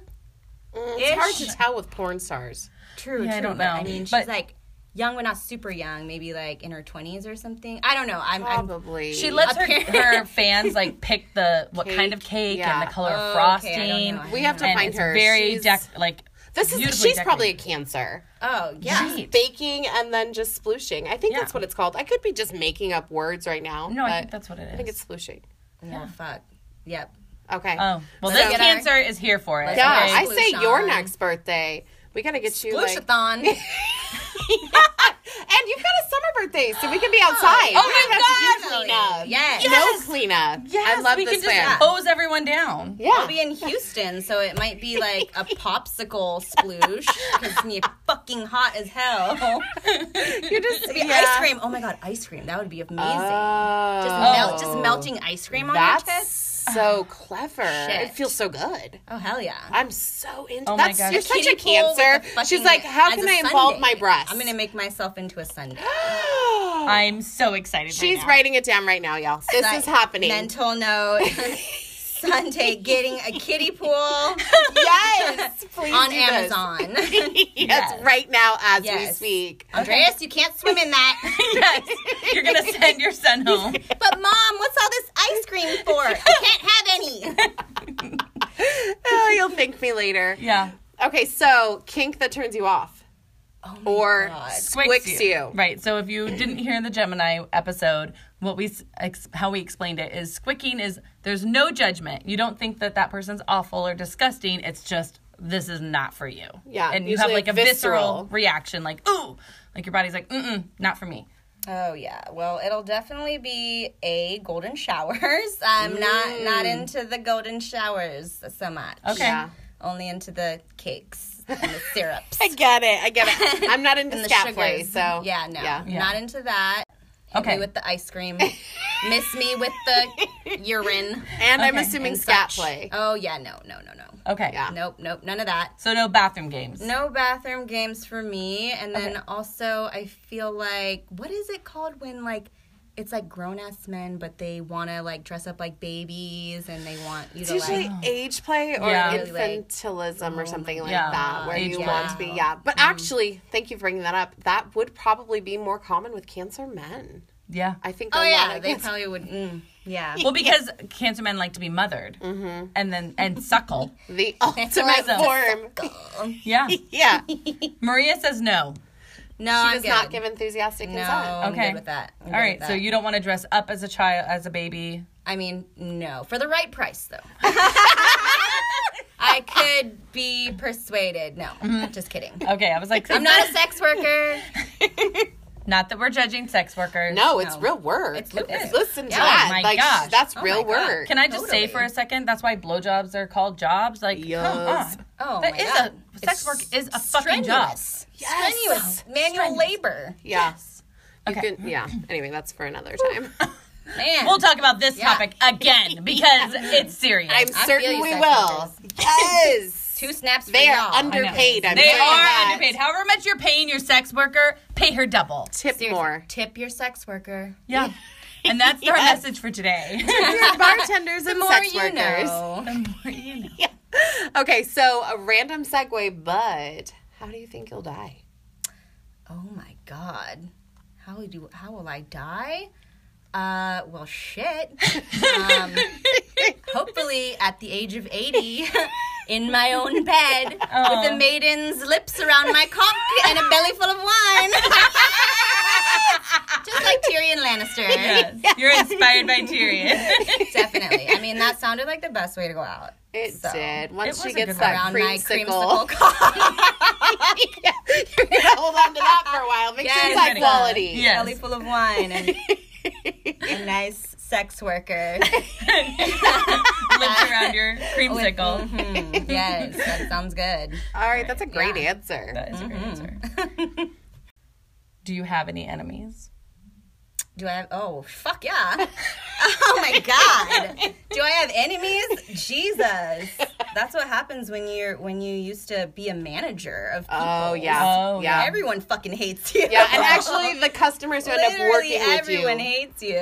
Speaker 3: it's hard to tell with porn stars.
Speaker 5: True,
Speaker 1: Yeah, I
Speaker 5: true.
Speaker 1: don't
Speaker 5: but I
Speaker 1: know.
Speaker 5: mean, she's
Speaker 1: But-
Speaker 5: like young, but not super young. Maybe like in her twenties or something. I don't know. I'm, I'm
Speaker 3: Probably.
Speaker 1: She lets her,
Speaker 5: Apparently-
Speaker 1: her *laughs* fans like pick the what
Speaker 3: Cake,
Speaker 1: kind of cake
Speaker 3: yeah.
Speaker 1: and the color of
Speaker 5: Oh, okay,
Speaker 1: frosting.
Speaker 5: I don't know. I
Speaker 3: We have to
Speaker 1: and
Speaker 3: find
Speaker 1: it's
Speaker 3: her.
Speaker 1: Very
Speaker 3: She's-
Speaker 1: dec- like
Speaker 3: This is
Speaker 1: beautifully
Speaker 3: she's probably a cancer. Uh,
Speaker 5: oh yeah.
Speaker 1: Sheet.
Speaker 3: Baking and then just splooshing. I think
Speaker 1: Yeah.
Speaker 3: that's what it's called. I could be just making up words right now.
Speaker 1: No, I
Speaker 3: but
Speaker 1: think that's what
Speaker 3: I
Speaker 1: it
Speaker 3: think
Speaker 1: is.
Speaker 3: it's splooshing.
Speaker 5: Oh fuck. Yep.
Speaker 3: Okay.
Speaker 1: Oh, well,
Speaker 5: Let's
Speaker 1: this
Speaker 5: get our-
Speaker 1: cancer is here for it.
Speaker 3: yeah,
Speaker 5: Okay.
Speaker 3: I say your
Speaker 5: Sploosh-a-thon.
Speaker 3: next birthday. We gotta get you like, *laughs* and
Speaker 5: Blushathon.
Speaker 3: you've got a summer birthday, so we can be outside.
Speaker 1: Oh
Speaker 3: we
Speaker 1: my
Speaker 3: don't have
Speaker 5: God.
Speaker 3: to do cleanup.
Speaker 5: Yes.
Speaker 3: No cleanup.
Speaker 1: Yes,
Speaker 3: I love
Speaker 1: we
Speaker 3: this
Speaker 1: can
Speaker 3: plan.
Speaker 1: just hose everyone down.
Speaker 3: yeah.
Speaker 5: I'll be in Houston, so it might be like
Speaker 3: *laughs*
Speaker 5: a popsicle sploosh because it's gonna be fucking hot as hell.
Speaker 3: *laughs* You're
Speaker 5: *laughs*
Speaker 3: just
Speaker 5: It'd be ice cream. Oh my god, ice cream. That would be amazing.
Speaker 3: Oh.
Speaker 5: just, melt, just melting ice cream on your
Speaker 3: That's
Speaker 5: chest.
Speaker 3: so clever.
Speaker 5: Shit.
Speaker 3: It feels so good.
Speaker 5: Oh hell yeah.
Speaker 3: I'm so into.
Speaker 1: Oh my
Speaker 3: that's
Speaker 1: gosh.
Speaker 3: you're such a
Speaker 5: Kiddie pool with
Speaker 3: cancer.
Speaker 5: the
Speaker 3: She's
Speaker 5: fucking-
Speaker 3: like, how
Speaker 5: as
Speaker 3: can
Speaker 5: a
Speaker 3: I involve
Speaker 5: sundae.
Speaker 3: my breast?
Speaker 5: I'm
Speaker 3: *gasps*
Speaker 5: gonna make myself into a Sunday.
Speaker 1: I'm so excited.
Speaker 3: She's
Speaker 1: right.
Speaker 3: writing it down right now, y'all. *gasps* This
Speaker 5: Like,
Speaker 3: is happening. *laughs*
Speaker 5: Mental note. Sunday getting a kiddie pool
Speaker 3: *laughs* Yes, please
Speaker 5: on
Speaker 3: do this.
Speaker 5: Amazon.
Speaker 3: *laughs* yes, right now as we
Speaker 5: Yes. *laughs*
Speaker 3: speak. *laughs*
Speaker 5: Andreas, you can't swim in *laughs* that.
Speaker 1: now. yes, you're gonna send your
Speaker 3: *laughs*
Speaker 1: son home.
Speaker 5: But mom, what's all this ice cream for? I can't have any.
Speaker 3: Oh, you'll thank me later.
Speaker 1: Yeah,
Speaker 3: Okay, so kink that turns you off,
Speaker 5: Oh
Speaker 3: or squicks you.
Speaker 1: Right. So if you didn't hear the Gemini episode, what we s- ex- how we explained it is squicking is there's no judgment. You don't think that that person's awful or disgusting. It's just this is not for you.
Speaker 3: Yeah,
Speaker 1: And you have
Speaker 3: usually
Speaker 1: like a
Speaker 3: visceral.
Speaker 1: visceral reaction, like ooh, like your body's like mm mm, not for me.
Speaker 5: *laughs* Oh yeah. Well, it'll definitely be a golden showers. *laughs* I'm not not into the golden showers so much.
Speaker 1: Okay.
Speaker 3: Yeah.
Speaker 5: Only into the
Speaker 3: *laughs*
Speaker 5: cakes and the syrups.
Speaker 3: I get it. I get
Speaker 5: *laughs*
Speaker 3: it. I'm not into
Speaker 5: and the
Speaker 3: scat play,
Speaker 5: sugars.
Speaker 3: so
Speaker 5: yeah, no,
Speaker 3: yeah.
Speaker 5: not into that. Hit
Speaker 1: Okay.
Speaker 5: me with the
Speaker 3: *laughs*
Speaker 5: ice cream. Miss me with the urine.
Speaker 3: And I'm
Speaker 1: Okay,
Speaker 3: assuming
Speaker 5: and
Speaker 3: scat
Speaker 5: such.
Speaker 3: play.
Speaker 5: Oh yeah, no, no, no, no.
Speaker 1: Okay.
Speaker 3: Yeah.
Speaker 5: Nope, nope, none of that.
Speaker 1: So no bathroom games.
Speaker 5: No bathroom games for me. And then also, I feel like what is it called when like it's like grown ass men, but they want to like dress up like babies and they want you
Speaker 3: It's
Speaker 5: to
Speaker 3: usually
Speaker 5: like.
Speaker 3: age play or
Speaker 1: Yeah.
Speaker 5: Really, like-
Speaker 3: infantilism or something like
Speaker 1: Yeah.
Speaker 3: that, where
Speaker 1: Age
Speaker 3: you
Speaker 1: play. Mm-hmm.
Speaker 3: want to be. Yeah, but actually, thank you for bringing that up. That would probably be more common with cancer men.
Speaker 1: Yeah.
Speaker 3: I think. a
Speaker 5: Oh
Speaker 3: lot
Speaker 5: yeah,
Speaker 3: of
Speaker 5: they
Speaker 3: cancer-
Speaker 5: probably would. Mm, yeah.
Speaker 1: Well, because cancer men like to be mothered, mm-hmm. and then and suckle.
Speaker 3: the ultimate
Speaker 5: *laughs*
Speaker 3: form.
Speaker 1: Yeah.
Speaker 3: Yeah,
Speaker 1: Maria says no.
Speaker 5: No,
Speaker 3: she
Speaker 5: I'm
Speaker 3: does
Speaker 5: good.
Speaker 3: not give enthusiastic
Speaker 5: no,
Speaker 3: consent.
Speaker 5: I'm
Speaker 1: Okay.
Speaker 5: good with that. I'm
Speaker 1: All
Speaker 5: good
Speaker 1: right.
Speaker 5: with
Speaker 1: So
Speaker 5: that.
Speaker 1: you don't want to dress up as a child, as a baby.
Speaker 5: I mean, no, for the right price though. I could be persuaded. No, just kidding.
Speaker 1: Okay. I was like,
Speaker 5: I'm not a sex worker.
Speaker 1: Not that we're judging sex workers.
Speaker 3: No, it's
Speaker 5: No.
Speaker 3: real work.
Speaker 5: It's lucrative.
Speaker 3: Listen to
Speaker 5: Yeah.
Speaker 3: that.
Speaker 1: Oh my
Speaker 3: like
Speaker 1: gosh.
Speaker 3: that's
Speaker 5: Oh my
Speaker 3: real
Speaker 5: God.
Speaker 3: work.
Speaker 1: Can I just say
Speaker 5: Totally.
Speaker 1: for a second? That's why blowjobs are called jobs. Like, come
Speaker 3: Yes.
Speaker 1: on.
Speaker 5: Oh
Speaker 1: That
Speaker 5: my
Speaker 1: is
Speaker 5: god,
Speaker 1: a sex
Speaker 5: It's
Speaker 1: work is a fucking job.
Speaker 5: strenuous.
Speaker 3: Yes.
Speaker 5: Strenuous manual labor.
Speaker 3: Yeah. You
Speaker 1: Okay.
Speaker 3: can, yeah. Anyway, that's for another time.
Speaker 1: *laughs*
Speaker 5: Man,
Speaker 1: We'll talk about this
Speaker 5: Yeah.
Speaker 1: topic again because it's serious.
Speaker 3: I'm
Speaker 5: I feel
Speaker 3: certain
Speaker 5: you,
Speaker 3: we
Speaker 5: sex
Speaker 3: will.
Speaker 5: workers.
Speaker 3: Yes.
Speaker 1: *laughs*
Speaker 5: two snaps.
Speaker 3: They
Speaker 5: for
Speaker 3: are
Speaker 5: y'all.
Speaker 1: I know.
Speaker 3: underpaid. I'm
Speaker 1: They
Speaker 3: telling you
Speaker 1: are
Speaker 3: that.
Speaker 1: underpaid. However much you're paying your sex worker, pay her double.
Speaker 3: Tip
Speaker 5: Seriously, *laughs*
Speaker 3: more.
Speaker 5: Tip your sex worker.
Speaker 1: Yeah. *laughs* And that's our message for today.
Speaker 3: Your bartenders and
Speaker 5: More
Speaker 3: sex
Speaker 5: you
Speaker 3: workers.
Speaker 5: know.
Speaker 3: Okay, so a random segue, but how do you think you'll die?
Speaker 5: Oh my god, how would you?
Speaker 3: *laughs*
Speaker 5: How will I die? Uh, well, shit. Um, hopefully at the age of 80 *laughs* in my own bed with a maiden's lips around my cock and a belly full of *laughs* wine. Just like Tyrion Lannister.
Speaker 1: Yes. You're inspired by Tyrion. *laughs*
Speaker 5: Definitely. I mean, that sounded like the best way to go out.
Speaker 3: It
Speaker 5: So,
Speaker 1: it
Speaker 3: did. Once she
Speaker 1: was a
Speaker 3: gets
Speaker 1: good
Speaker 3: that
Speaker 5: Around my
Speaker 3: creamsicle,
Speaker 5: creamsicle cock.
Speaker 3: *laughs* Yeah, you're gonna hold on to that for a while. Make sure
Speaker 5: Yes.
Speaker 3: it's high
Speaker 5: Yes.
Speaker 3: quality.
Speaker 1: Yes.
Speaker 5: Belly full of wine
Speaker 3: *laughs*
Speaker 5: and a nice sex worker.
Speaker 1: Lives around your creamsicle.
Speaker 5: Mhm. Yes, that sounds good.
Speaker 3: All right, that's a great answer.
Speaker 1: That is a great answer. Mm-hmm. *laughs* Do you have any enemies?
Speaker 5: Do I have? Oh, fuck yeah. *laughs* Oh my god. Do I have enemies? Jesus. That's what happens when you're when you used to be a manager of people.
Speaker 3: Oh yeah,
Speaker 1: Oh,
Speaker 3: yeah,
Speaker 5: Everyone fucking hates you.
Speaker 3: yeah. And
Speaker 5: *laughs*
Speaker 3: actually, the customers who end up
Speaker 5: Literally
Speaker 3: working with you.
Speaker 5: everyone hates you. *laughs*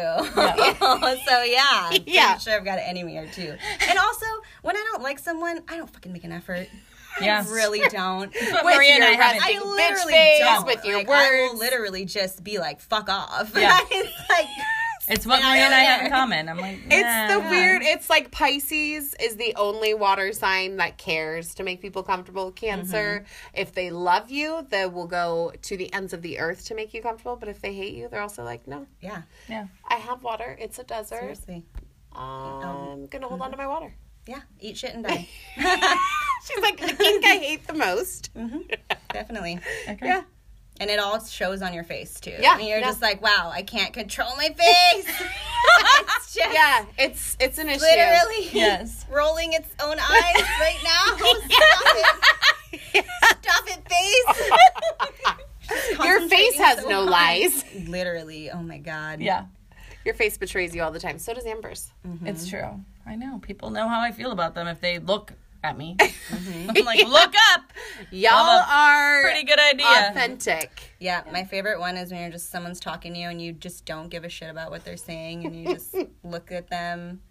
Speaker 5: Oh, so yeah, I'm pretty
Speaker 3: Yeah.
Speaker 5: sure I've got an enemy or two. And also, when I don't like someone, I don't fucking make an effort.
Speaker 3: *laughs*
Speaker 1: Yeah.
Speaker 5: I really don't.
Speaker 1: But Maria and I
Speaker 3: your
Speaker 1: haven't.
Speaker 5: I
Speaker 3: Big bitch
Speaker 5: literally
Speaker 3: face
Speaker 5: don't.
Speaker 3: with your
Speaker 5: like, I will
Speaker 3: words.
Speaker 5: literally just be like, "Fuck off."
Speaker 1: Yeah.
Speaker 5: *laughs* it's like
Speaker 1: It's what Maria and I have in common. I'm like,
Speaker 3: It's
Speaker 1: nah.
Speaker 3: the weird. It's like Pisces is the only water sign that cares to make people comfortable. Cancer,
Speaker 5: Mm-hmm.
Speaker 3: if they love you, they will go to the ends of the earth to make you comfortable. But if they hate you, they're also like, no,
Speaker 5: yeah,
Speaker 1: Yeah.
Speaker 3: I have water. It's a desert. Um,
Speaker 5: seriously, Um, uh-huh.
Speaker 3: I'm gonna hold on to my
Speaker 5: *laughs*
Speaker 3: water.
Speaker 5: yeah, eat shit and die.
Speaker 3: *laughs* She's like the kink I hate the most.
Speaker 5: *laughs* Definitely.
Speaker 1: Okay.
Speaker 3: Yeah.
Speaker 5: And it all shows on your face too.
Speaker 3: Yeah,
Speaker 5: And you're
Speaker 3: yeah.
Speaker 5: just like, wow, I can't control
Speaker 3: *laughs*
Speaker 5: my face. it's just
Speaker 3: *laughs* Yeah, it's it's an issue. *laughs*
Speaker 5: literally
Speaker 1: *laughs* Yes.
Speaker 5: rolling its own eyes right now. Stop
Speaker 3: *laughs*
Speaker 5: it. Stop it, face. Just
Speaker 3: *laughs* Your face
Speaker 5: concentrating
Speaker 3: has
Speaker 5: so
Speaker 3: no
Speaker 5: hard.
Speaker 3: lies. *laughs*
Speaker 5: Literally. Oh my God.
Speaker 1: Yeah.
Speaker 3: Your face betrays you all the time. So does Amber's.
Speaker 1: It's true. I know. People know how I feel about them if they look at *laughs* me. Mm-hmm. I'm like, *laughs* look up.
Speaker 3: Y'all
Speaker 1: Well,
Speaker 3: are
Speaker 1: Pretty good idea.
Speaker 3: authentic.
Speaker 5: *laughs* Yeah. My favorite one is when you're just someone's talking to you and you just don't give a shit about what they're saying and
Speaker 3: *laughs*
Speaker 5: you just look at them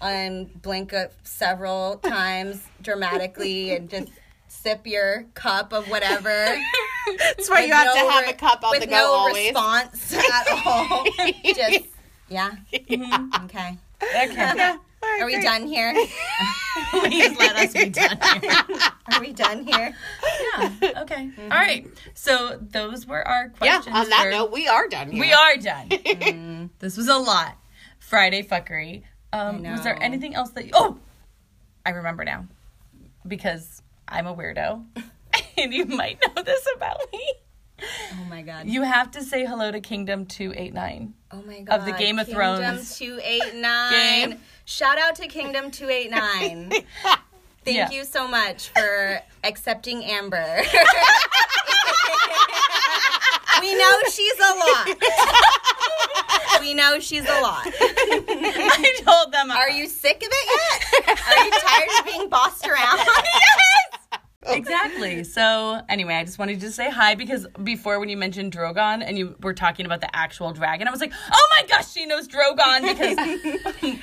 Speaker 5: and blink up several times dramatically and just sip your cup of
Speaker 3: *laughs*
Speaker 5: whatever.
Speaker 3: That's why you
Speaker 5: with
Speaker 3: have
Speaker 5: no
Speaker 3: to have
Speaker 5: re-
Speaker 3: a cup on
Speaker 5: with
Speaker 3: the go
Speaker 5: no
Speaker 3: always. *laughs*
Speaker 5: response at all. Just yeah. Mm-hmm. Okay.
Speaker 1: Okay.
Speaker 5: Are we
Speaker 3: *laughs*
Speaker 5: done here?
Speaker 1: *laughs* Please let us be done here.
Speaker 5: Are we done here?
Speaker 1: *laughs* Yeah. Okay. All right. So those were our
Speaker 3: Yeah,
Speaker 1: questions.
Speaker 3: on that
Speaker 1: for-
Speaker 3: note, we are done here.
Speaker 1: we are done.
Speaker 5: *laughs*
Speaker 1: Mm, This was a lot. Friday fuckery. Um, was there
Speaker 5: know.
Speaker 1: anything else that? You, oh, I remember now because I'm a weirdo, *laughs* and you might know this about me.
Speaker 5: Oh my god.
Speaker 1: You have to say hello to Kingdom Two Eight Nine. *laughs*
Speaker 5: Oh my god.
Speaker 1: Of the Game of
Speaker 5: Kingdom
Speaker 1: Thrones.
Speaker 5: 289.
Speaker 1: Game.
Speaker 5: Shout out to
Speaker 1: *laughs*
Speaker 5: Kingdom 289. Thank
Speaker 1: Yeah.
Speaker 5: you so much for
Speaker 1: *laughs*
Speaker 5: accepting Amber. we know she's a lot. we know she's a lot.
Speaker 1: I told them.
Speaker 5: Are you sick of it yet? Are you tired of being bossed around?
Speaker 1: Exactly. So anyway, I just wanted you to say hi because before when you mentioned Drogon and you were talking about the actual dragon, I was like, oh my gosh, she knows Drogon
Speaker 5: *laughs*
Speaker 1: because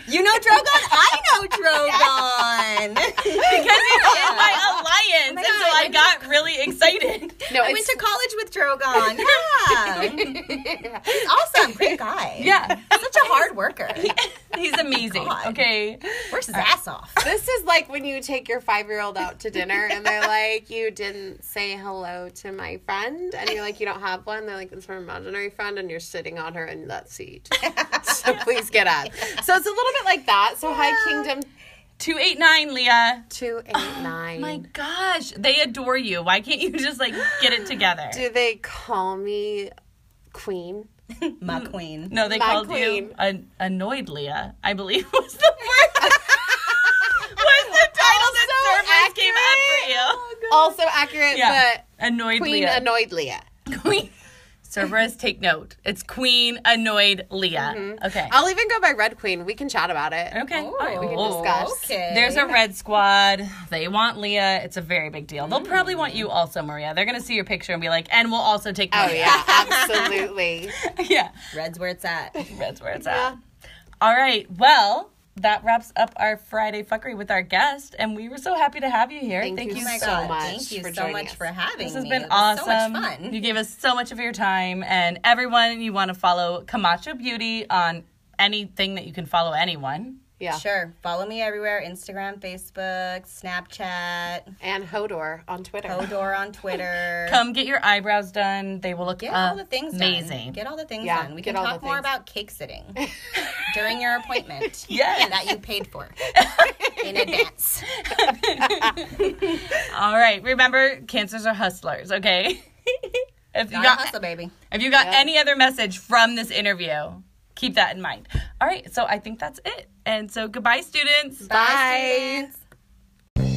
Speaker 5: You know Drogon? I know Drogon.
Speaker 1: because he's in my
Speaker 5: Oh
Speaker 1: alliance, and so I got really excited.
Speaker 3: No,
Speaker 5: I
Speaker 3: it's,
Speaker 5: went to college with Drogon.
Speaker 1: *laughs*
Speaker 5: Yeah. He's awesome. Great guy.
Speaker 3: *laughs*
Speaker 1: Yeah,
Speaker 5: Such a hard worker.
Speaker 1: he's amazing.
Speaker 5: God.
Speaker 1: okay,
Speaker 5: Works his ass off.
Speaker 3: this is like when you take your five year old out to dinner
Speaker 1: *laughs*
Speaker 3: and they're like, You didn't say hello to my friend. And you're like, You don't have one. They're like, It's her imaginary friend. And you're sitting on her in that seat. *laughs* so please get up. So it's a little bit like that. So, High Kingdom
Speaker 1: two eight nine, Leah. *gasps*
Speaker 3: 289.
Speaker 1: My gosh, they adore you. Why can't you just like get it together?
Speaker 3: Do they call me Queen?
Speaker 5: My queen.
Speaker 1: No, they
Speaker 3: My
Speaker 1: called you
Speaker 3: queen.
Speaker 1: an- annoyed Leah. I believe *laughs* was the word. was the title that service came up for you?
Speaker 3: Also accurate,
Speaker 1: Yeah. annoyed
Speaker 3: Oh, but Queen
Speaker 1: Leah.
Speaker 3: annoyed Leah.
Speaker 1: *laughs* Queen. Cerberus, take note. It's Queen annoyed Leah. Okay.
Speaker 3: Mm-hmm. I'll even go by Red Queen. We can chat about it.
Speaker 1: Okay. All right. Oh.
Speaker 3: We can
Speaker 1: Whoa.
Speaker 3: discuss.
Speaker 5: Okay.
Speaker 1: There's a red squad. They want Leah. It's a very big deal. They'll probably want you also, Maria. They're gonna see your picture and be like, and we'll also take
Speaker 3: Oh
Speaker 1: Maria. *laughs*
Speaker 3: yeah, absolutely.
Speaker 1: yeah.
Speaker 5: Red's where it's at. Oh
Speaker 1: That's where it's at. All right. Well, that wraps up our Friday fuckery with our guest, and we were so happy to have you here.
Speaker 3: Thank you
Speaker 5: Oh my
Speaker 3: so
Speaker 5: God.
Speaker 3: much
Speaker 5: Thank you
Speaker 3: for
Speaker 5: so
Speaker 3: joining
Speaker 5: much
Speaker 3: us.
Speaker 5: for having
Speaker 1: This has
Speaker 5: me.
Speaker 1: been
Speaker 5: It was
Speaker 1: awesome.
Speaker 5: So much fun.
Speaker 1: You gave us so much of your time, and everyone, you want to follow Camacho Beauty on anything that you can follow anyone.
Speaker 3: Yeah.
Speaker 5: Sure. Follow me everywhere Instagram, Facebook, Snapchat,
Speaker 3: And Hodor on Twitter.
Speaker 5: Odor on Twitter.
Speaker 6: Come get your eyebrows done. They will look
Speaker 5: Get all the things
Speaker 6: amazing.
Speaker 5: done. Get all the things
Speaker 3: Yeah,
Speaker 5: done. We
Speaker 3: get
Speaker 5: can
Speaker 3: all the
Speaker 5: talk more
Speaker 3: things.
Speaker 5: about cake sitting during your appointment.
Speaker 6: Yes.
Speaker 5: That you paid for in advance.
Speaker 6: all right. Remember, cancers are hustlers. Okay. *laughs* if you
Speaker 5: Gotta
Speaker 6: got
Speaker 5: hustle, baby.
Speaker 6: if you got any other message from this interview, keep that in mind. All right. So I think that's it. And so goodbye, students.
Speaker 5: Bye. students.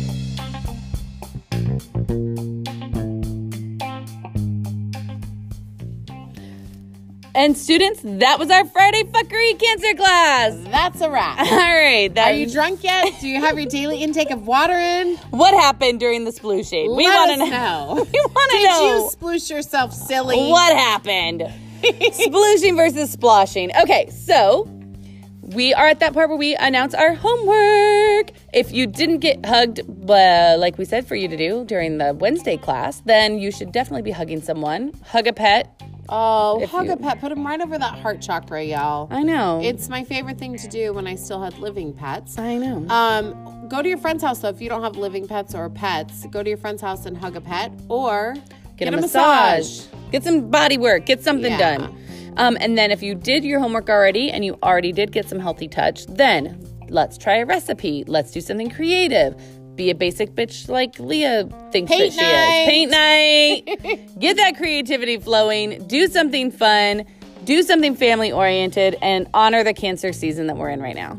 Speaker 1: And students, that was our Friday fuckery cancer
Speaker 6: *laughs*
Speaker 1: class.
Speaker 3: That's a wrap.
Speaker 1: All right, that
Speaker 3: Are you drunk yet? Do you have your daily intake of water in?
Speaker 1: what happened during the splooshing? We
Speaker 3: Let
Speaker 1: want
Speaker 3: us
Speaker 6: *laughs*
Speaker 1: to know.
Speaker 3: know.
Speaker 1: *laughs* We want to
Speaker 3: Did you
Speaker 1: know
Speaker 3: sploosh yourself silly?
Speaker 1: what happened. Splooshing versus splashing. Okay, so we are at that part where we announce our homework. If you didn't get hugged, uh, like we said for you to do during the Wednesday class, then you should definitely be hugging someone. Hug a pet.
Speaker 3: Oh, hug
Speaker 1: you-
Speaker 3: a pet. Put him right over that heart chakra, y'all.
Speaker 1: I know.
Speaker 3: It's my favorite thing to do when I still had living pets.
Speaker 1: I know.
Speaker 3: Um, go to your friend's house though. If you don't have living pets or pets, go to your friend's house and hug a pet or
Speaker 1: get, a, massage. get some body work, get something
Speaker 3: Yeah.
Speaker 1: done. Um, and then if you did your homework already and you already did get some healthy touch, then let's try a recipe. Let's do something creative. Be a basic bitch like Leah thinks
Speaker 3: Paint
Speaker 1: that she is. Paint night. *laughs* get that creativity flowing. Do something fun. Do something family oriented and honor the cancer season that we're in right now.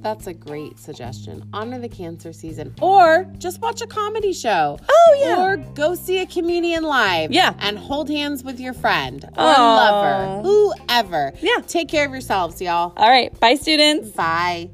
Speaker 3: That's a great suggestion. Honor the cancer season, or just watch a comedy show.
Speaker 1: Oh, yeah.
Speaker 3: Or go see a comedian live.
Speaker 1: Yeah.
Speaker 3: And hold hands with your friend or
Speaker 1: Aw.
Speaker 3: lover, whoever.
Speaker 1: Yeah.
Speaker 3: Take care of yourselves, y'all.
Speaker 1: All right. Bye, students.
Speaker 3: Bye.